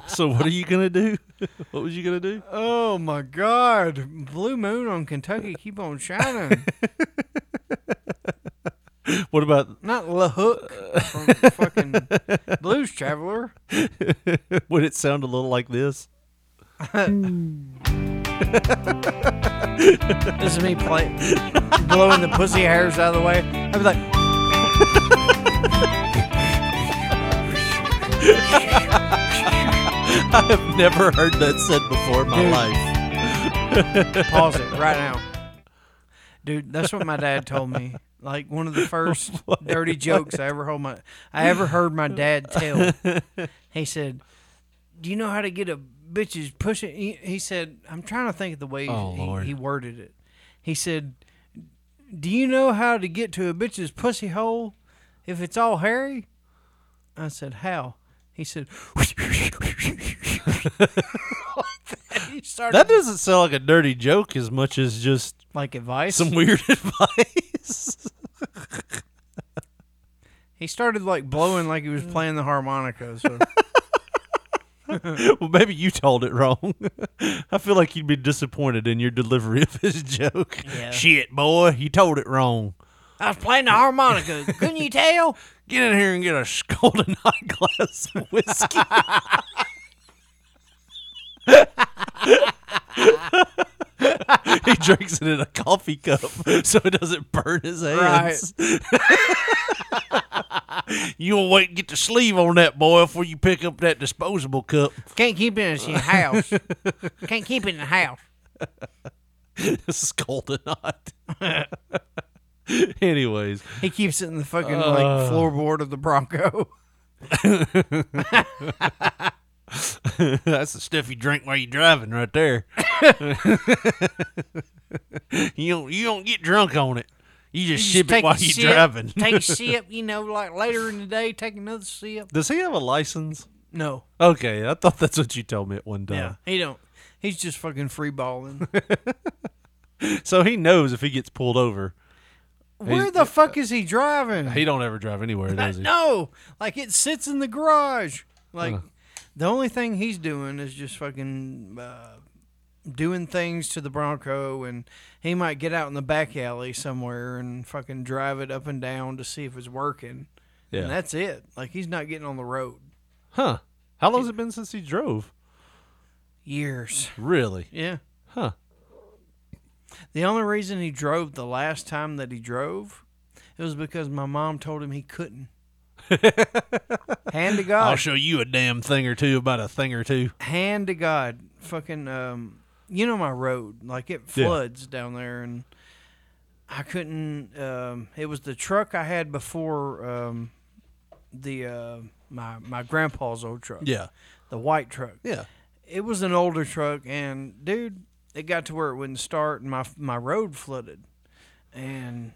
E: so what are you gonna do? What was you gonna do?
G: Oh my God! Blue moon on Kentucky keep on shining.
E: What about
G: Not La Hook from fucking Blues Traveler.
E: Would it sound a little like this?
G: This is me playing, blowing the pussy hairs out of the way. I'd be like,
E: I have never heard that said before in my
G: Dude.
E: life.
G: pause it right now, dude. That's what my dad told me. Like one of the first dirty jokes I ever hold my, I ever heard my dad tell. He said, "Do you know how to get a bitch's pussy?" He, he said, "I'm trying to think of the way
E: Oh,
G: he,
E: Lord.
G: he worded it." He said, "Do you know how to get to a bitch's pussy hole if it's all hairy?" I said, "How?" He said, like that. He started
E: That doesn't sound like a dirty joke as much as just
G: like advice.
E: some weird advice.
G: He started like blowing like he was playing the harmonica. So
E: well, maybe you told it wrong. I feel like you'd be disappointed in your delivery of his joke. Shit, boy, you told it wrong.
G: I was playing the harmonica. Couldn't you tell?
E: Get in here and get a scalding hot glass of whiskey. he drinks it in a coffee cup so it doesn't burn his hands. you gonna wait and get the sleeve on that boy before you pick up that disposable cup.
G: Can't keep it in the house. Can't keep it in the house.
E: scalding hot. Anyways,
G: He keeps it in the fucking
E: Uh.
G: like floorboard of the Bronco.
E: that's the stuff you drink while you're driving right there. you don't you don't get drunk on it. You just
G: Just
E: sip it
G: take
E: while
G: a
E: you're
G: sip,
E: driving.
G: take a sip, you know, like later in the day, take another sip.
E: Does he have a license?
G: No,
E: Okay, I thought that's what you told me at one
G: yeah,
E: time.
G: he don't. He's just fucking free balling.
E: So he knows if he gets pulled over.
G: Where the fuck is he driving?
E: He don't ever drive anywhere, does he?
G: No, like it sits in the garage. Like the only thing he's doing is just fucking uh, doing things to the Bronco, and he might get out in the back alley somewhere and fucking drive it up and down to see if it's working.
E: Yeah.
G: And that's it. Like he's not getting on the road
E: Huh. How long's it been since he drove?
G: years.
E: Really?
G: Yeah.
E: Huh.
G: The only reason he drove the last time that he drove, it was because my mom told him he couldn't. Hand to God.
E: I'll show you a damn thing or two about a thing or two.
G: hand to God, fucking, um, you know my road, like it floods down there, and I couldn't. Um, it was the truck I had before um, the uh, my my grandpa's old truck.
E: Yeah.
G: the white truck.
E: Yeah.
G: It was an older truck, and dude, it got to where it wouldn't start, and my my road flooded, and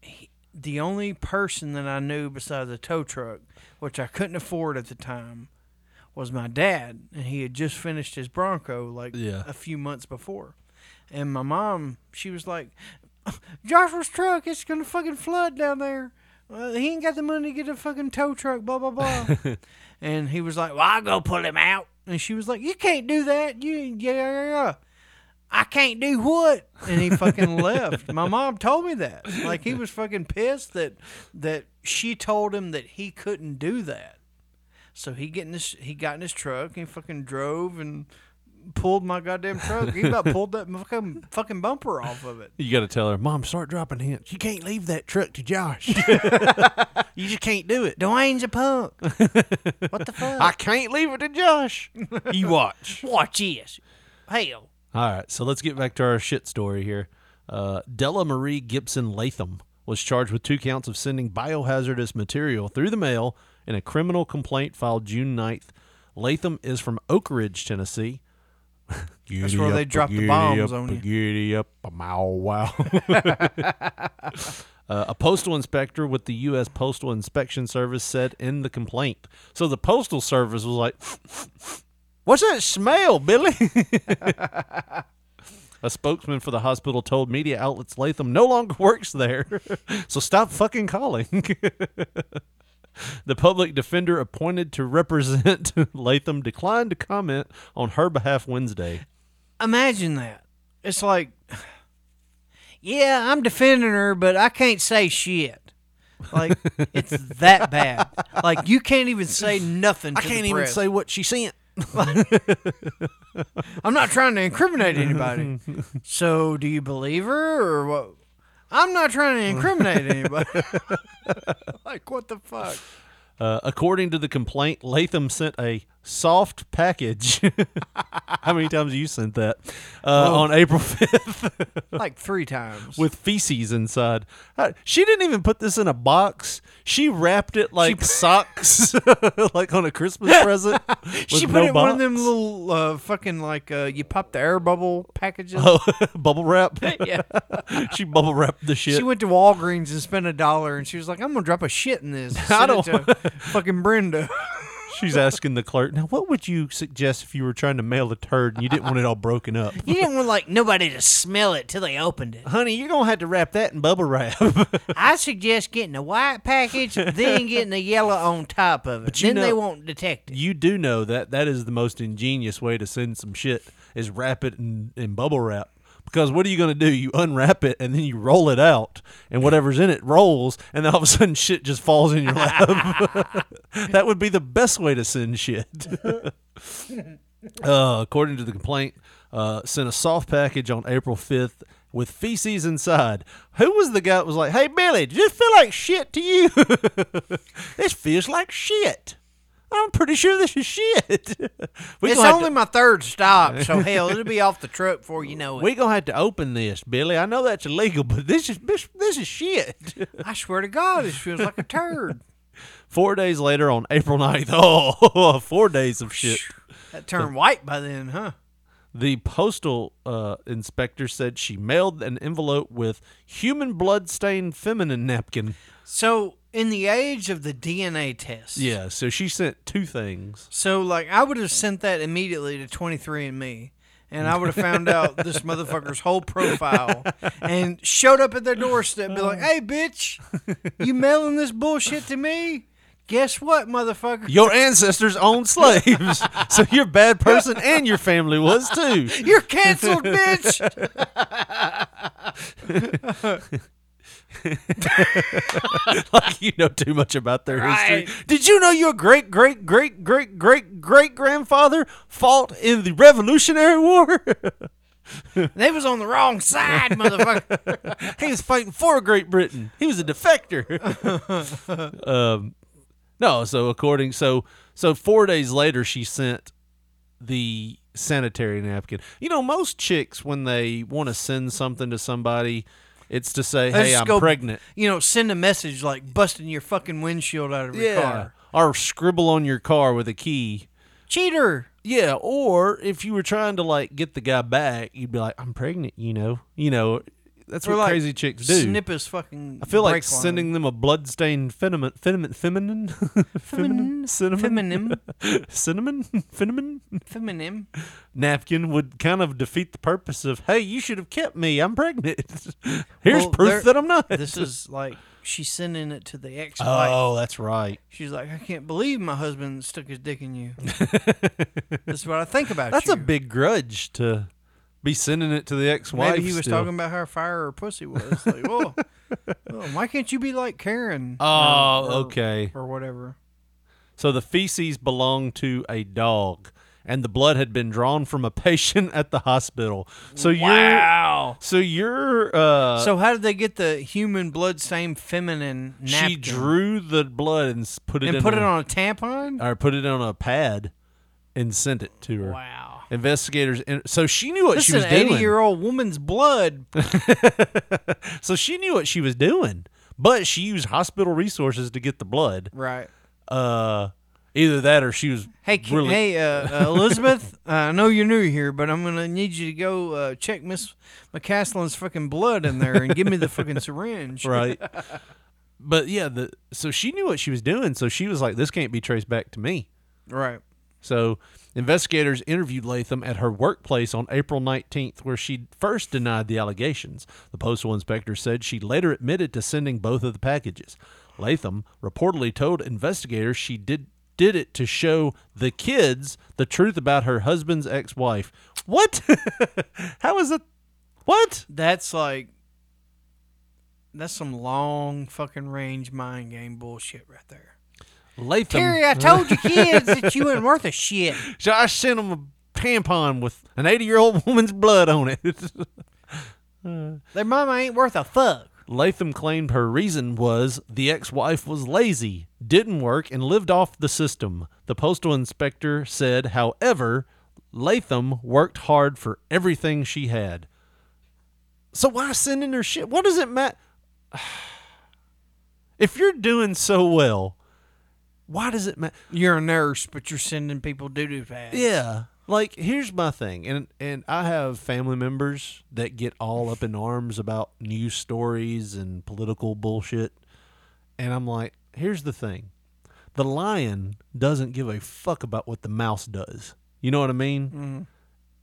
G: he, the only person that I knew besides a tow truck, which I couldn't afford at the time, was my dad, and he had just finished his Bronco like
E: Yeah.
G: a few months before, and my mom, she was like, Joshua's truck, it's gonna fucking flood down there. Uh, he ain't got the money to get a fucking tow truck, blah blah blah. and he was like, "Well, I'll go pull him out." And she was like, "You can't do that. You yeah, yeah, yeah. I can't do what?" And he fucking left. My mom told me that. Like he was fucking pissed that that she told him that he couldn't do that. So he getting his he got in his truck and he fucking drove and pulled my goddamn truck. He about pulled that fucking fucking bumper off of it.
E: You got to tell her, Mom, start dropping hints. You can't leave that truck to Josh. you just can't do it.
G: Dwayne's a punk. what the fuck?
E: I can't leave it to Josh. You watch.
G: watch this. Hell.
E: All right, so let's get back to our shit story here. Uh, Della Marie Gibson Latham was charged with two counts of sending biohazardous material through the mail in a criminal complaint filed June 9th. Latham is from Oak Ridge, Tennessee. That's
G: where they drop the bombs on you.
E: Giddy up, I'm all wow. Uh, a postal inspector with the U.S. Postal Inspection Service said in the complaint. So the postal service was like, "What's that smell, Billy?" a spokesman for the hospital told media outlets Latham no longer works there, so stop fucking calling. The public defender appointed to represent Latham declined to comment on her behalf Wednesday.
G: Imagine that. It's like, yeah, I'm defending her, but I can't say shit. Like it's that bad. Like you can't even say nothing. To the press.
E: what she sent.
G: I'm not trying to incriminate anybody. so do you believe her or what? I'm not trying to incriminate anybody. like what the fuck?
E: Uh, according to the complaint, Latham sent a soft package. How many times have you sent that? Uh, on April 5th
G: Like three times.
E: with feces inside. Uh, She didn't even put this in a box. She wrapped it like socks, like on a Christmas present.
G: she
E: with
G: put
E: no
G: it in one of
E: box.
G: them little uh, fucking like uh, you pop the air bubble packages.
E: Oh, bubble wrap.
G: yeah.
E: she bubble wrapped the shit.
G: She went to Walgreens and spent a dollar, and she was like, "I'm gonna drop a shit in this."
E: I
G: Send it
E: don't-
G: to fucking Brenda.
E: She's asking the clerk, now what would you suggest if you were trying to mail a turd and you didn't want it all broken up?
G: you didn't want like nobody to smell it till they opened it.
E: Honey, you're going to have to wrap that in bubble wrap.
G: I suggest getting a white package, then getting a yellow on top of it.
E: But you
G: then they
E: know-
G: won't detect it.
E: you do know that that is the most ingenious way to send some shit is wrap it in, in bubble wrap. Because what are you going to do? You unwrap it and then you roll it out, and whatever's in it rolls, and then all of a sudden shit just falls in your lap. that would be the best way to send shit. uh, according to the complaint, uh, sent a soft package on April 5th with feces inside. Who was the guy that was like, hey, Billy, does this feel like shit to you? this feels like shit. I'm pretty sure this is shit. we
G: It's
E: gonna have
G: only
E: to-
G: my third stop, so hell, it'll be off the truck before you know it.
E: we gonna have to open this, Billy. I know that's illegal, but this is this, this is shit.
G: I swear to God, this feels like a turd.
E: Four days later, on April 9th, oh, four days of shit.
G: That turned white by then, huh?
E: The postal uh, inspector said she mailed an envelope with human blood-stained feminine napkin.
G: So, in the age of the DNA test,
E: Yeah, so she sent two things.
G: So like I would have sent that immediately to 23andMe and I would have found out this motherfucker's whole profile and showed up at their doorstep and be like, "Hey bitch, you mailing this bullshit to me? Guess what, motherfucker?
E: Your ancestors owned slaves, so you're a bad person, and your family was too.
G: You're canceled, bitch."
E: like you know too much about their history. Did you know your great great great great great great grandfather fought in the Revolutionary War?
G: They was on the wrong side, motherfucker.
E: he was fighting for Great Britain. He was a defector. um, no, so according so so four days later she sent the sanitary napkin. You know, most chicks when they want to send something to somebody, It's to say,
G: Let's
E: hey,
G: just
E: I'm
G: go-
E: pregnant.
G: You know, send a message like busting your fucking windshield out of your car.
E: Or scribble on your car with a key.
G: Cheater.
E: Yeah, or if you were trying to like get the guy back, you'd be like, "I'm pregnant," you know. You know, that's
G: Or,
E: what
G: like,
E: crazy chicks do.
G: Snip his fucking.
E: I feel like
G: brake line.
E: sending them a bloodstained feminine, feminine, feminine, feminine, cinnamon, cinnamon, feminine
G: Feminine.
E: napkin would kind of defeat the purpose of, "Hey, you should have kept me. I'm pregnant. Here's
G: Well,
E: proof
G: there-
E: that I'm not."
G: This is like she's sending it to the ex wife.
E: oh, that's right.
G: She's like, I can't believe my husband stuck his dick in you. That's what I think about
E: That's
G: you.
E: a big grudge to be sending it to the ex-wife.
G: Maybe he was
E: still.
G: talking about how fire or pussy was. Like, whoa, whoa, why can't you be like Karen? or-
E: Oh,
G: or-
E: okay.
G: Or whatever.
E: So the feces belonged to a dog, and the blood had been drawn from a patient at the hospital. So you're so you're uh,
G: so how did they get the human blood same feminine napkin?
E: she drew the blood and s- put it
G: and
E: in Uh,
G: put it
E: a-
G: on a tampon?
E: or put it on a pad and sent it to her.
G: Wow.
E: Investigators, in- so she knew what
G: This
E: she
G: is
E: was
G: an
E: doing.
G: eighty-year-old woman's blood.
E: so she knew what she was doing, but she used hospital resources to get the blood.
G: right.
E: Uh, either that or she was
G: Hey, Ke-
E: really
G: hey, uh, uh, Elizabeth. uh, I know you're new here, but I'm gonna need you to go uh, check Miss McCaslin's fucking blood in there and give me the fucking syringe.
E: right? but yeah, the so she knew what she was doing, so she was like, "This can't be traced back to me."
G: Right.
E: So investigators interviewed Latham at her workplace on April 19th, where she first denied the allegations. The postal inspector said she later admitted to sending both of the packages. Latham reportedly told investigators she did did it to show the kids the truth about her husband's ex-wife. What? How is it? What?
G: That's like. That's some long fucking range mind game bullshit right there.
E: Latham.
G: Terry, I told you kids that you weren't worth a shit.
E: So I sent him a tampon with an 80 year old woman's blood on it.
G: Their mama ain't worth a fuck.
E: Latham claimed her reason was the ex wife was lazy, didn't work, and lived off the system. The postal inspector said, however, Latham worked hard for everything she had. So why sending her shit? What does it matter? If you're doing so well, why does it matter?
G: You're a nurse, but you're sending people doo doo pads.
E: Yeah. Like here's my thing, and and I have family members that get all up in arms about news stories and political bullshit, and I'm like, here's the thing, the lion doesn't give a fuck about what the mouse does. You know what I mean?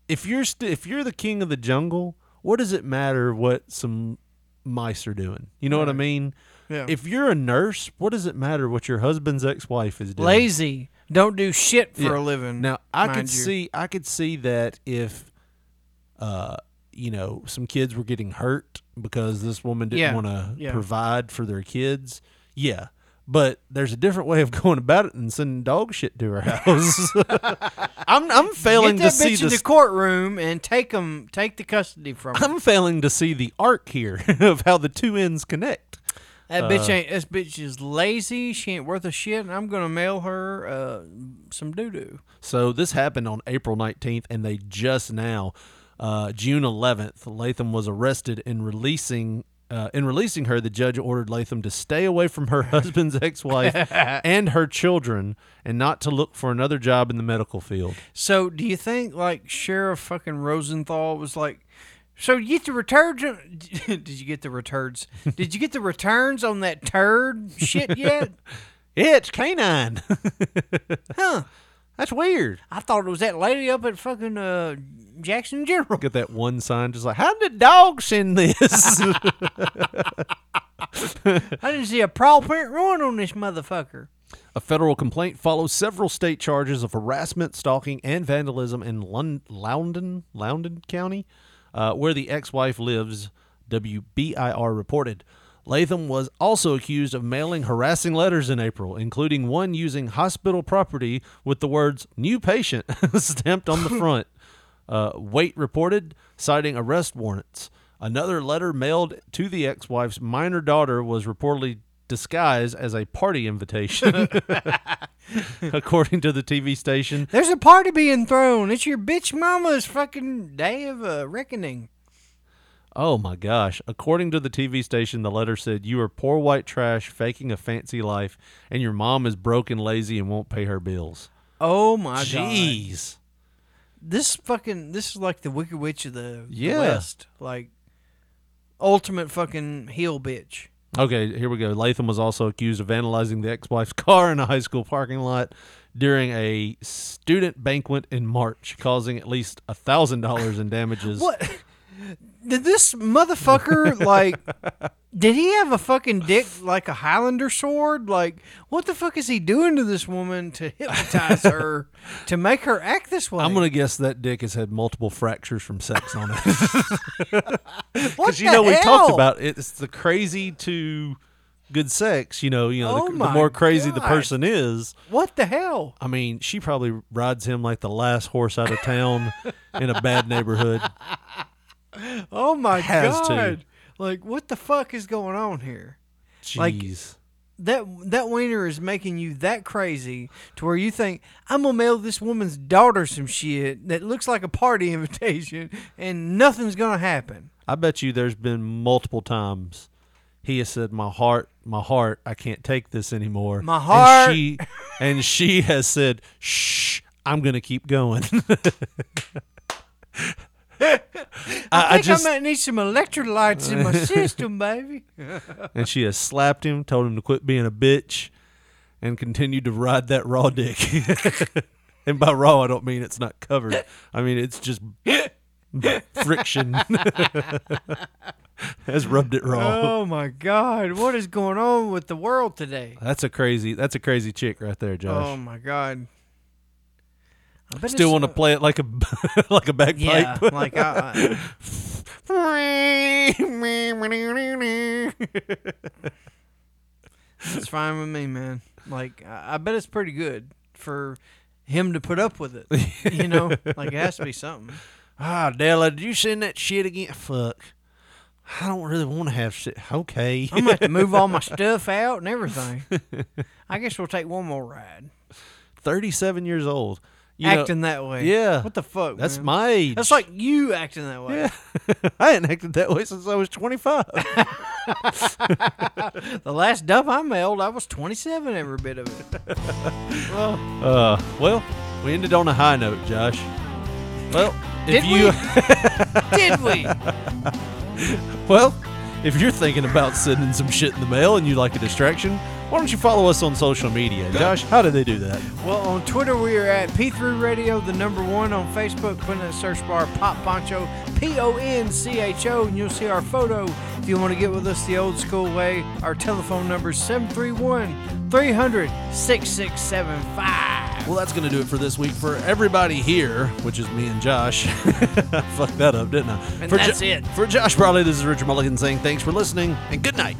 E: If you're st- if you're the king of the jungle, what does it matter what some mice are doing? You know what I mean?
G: Yeah.
E: If you're a nurse, what does it matter what your husband's ex-wife is doing?
G: Lazy. Don't do shit for
E: Yeah.
G: a living.
E: Now I
G: mind
E: could
G: you.
E: see I could see that if uh you know some kids were getting hurt because this woman didn't
G: Yeah,
E: want to
G: yeah.
E: provide for their kids. Yeah. But there's a different way of going about it than sending dog shit to her house. I'm I'm failing
G: Get
E: to see
G: that bitch in
E: the
G: the courtroom and take 'em- take the custody from 'em.
E: I'm failing to see the arc here of how the two ends connect.
G: That
E: Uh,
G: bitch ain't. This bitch is lazy. She ain't worth a shit. And I'm gonna mail her uh, some doo doo.
E: So this happened on April 19th, and they just now, uh, June 11th, Latham was arrested and releasing. Uh, in releasing her, the judge ordered Latham to stay away from her husband's ex-wife and her children, and not to look for another job in the medical field.
G: So do you think like Sheriff fucking Rosenthal was like? So you get the returns? Did you get the returns? Did you get the returns on that turd shit yet?
E: Yeah, it's canine. huh? That's weird.
G: I thought it was that lady up at fucking uh, Jackson General.
E: Get that one sign, just like, how did dog send this?
G: I didn't see a paw print ruin on this motherfucker.
E: A federal complaint follows several state charges of harassment, stalking, and vandalism in Lon- Loudoun, Loudoun County, uh, where the ex wife lives, WBIR reported. Latham was also accused of mailing harassing letters in April, including one using hospital property with the words new patient stamped on the front. Uh, Wait reported, citing arrest warrants. Another letter mailed to the ex wife's minor daughter was reportedly disguised as a party invitation, according to the TV station.
G: There's a party being thrown. It's your bitch mama's fucking day of uh, reckoning.
E: Oh my gosh. According to the TV station, the letter said, You are poor white trash faking a fancy life, and your mom is broke and lazy and won't pay her bills.
G: Oh my god!
E: Jeez.
G: This fucking this is like the Wicked Witch of the, the
E: Yeah.
G: West, like ultimate fucking heel bitch.
E: Okay, here we go. Latham was also accused of vandalizing the ex wife's car in a high school parking lot during a student banquet in March, causing at least a $1,000 in damages.
G: What? Did this motherfucker like? did he have a fucking dick like a Highlander sword? Like, what the fuck is he doing to this woman to hypnotize her to make her act this way?
E: I'm going to guess that dick has had multiple fractures from sex on it.
G: What
E: Because you
G: the
E: know we talked
G: hell?
E: about it, it's the crazy to good sex. You know, you know,
G: Oh
E: the, the
G: my
E: more crazy the
G: God.
E: person is,
G: what the hell.
E: I mean, she probably rides him like the last horse out of town in a bad neighborhood.
G: Oh my
E: Has to.
G: god! Like, what the fuck is going on here?
E: Jeez,
G: Like- That that wiener is making you that crazy to where you think I'm gonna mail this woman's daughter some shit that looks like a party invitation, and nothing's gonna happen.
E: I bet you there's been multiple times he has said, "My heart, my heart, I can't take this anymore."
G: My heart.
E: and she, and she has said, "Shh, I'm gonna keep going."
G: I, think
E: just-
G: I might need some electrolytes in my system, baby.
E: and she has slapped him, told him to quit being a bitch, and continued to ride that raw dick. and by raw, I don't mean it's not covered. I mean it's just friction has rubbed it raw.
G: Oh my God! What is going on with the world today?
E: That's a crazy. That's a crazy chick right there,
G: Oh
E: Josh.
G: my God! I bet
E: Still
G: it's-
E: want to play it like a like a bagpipe.
G: Yeah, like I, I, It's fine with me, man. Like I I bet it's pretty good for him to put up with it. You know, like it has to be something.
E: ah, Della, did you send that shit again? Fuck. I don't really want to have shit. Okay.
G: I'm gonna have to move all my stuff out and everything. I guess we'll take one more ride.
E: 37 years old. You know-
G: acting that way.
E: Yeah.
G: What the fuck?
E: That's
G: man?
E: my age.
G: That's like you acting that way.
E: I hadn't acted that way since I was 25.
G: The last dump I mailed, I was 27 every bit of it.
E: uh, well, we ended on a high note, Josh. Well, if
G: Did
E: you
G: Did we?
E: well, if you're thinking about sending some shit in the mail and you like a distraction, why don't you follow us on social media? Josh, how do they do that?
G: Well, on Twitter, we are at P3 Radio, the number one. On Facebook, put in the search bar Pop Poncho, P O N C H O, and you'll see our photo. If you want to get with us the old school way, our telephone number is 731 300 6675.
E: Well, that's going to do it for this week for everybody here, which is me and Josh. Fuck that up, didn't I?
G: And
E: for
G: that's it.
E: For Josh Bradley, this is Richard Mulligan saying thanks for listening and good night.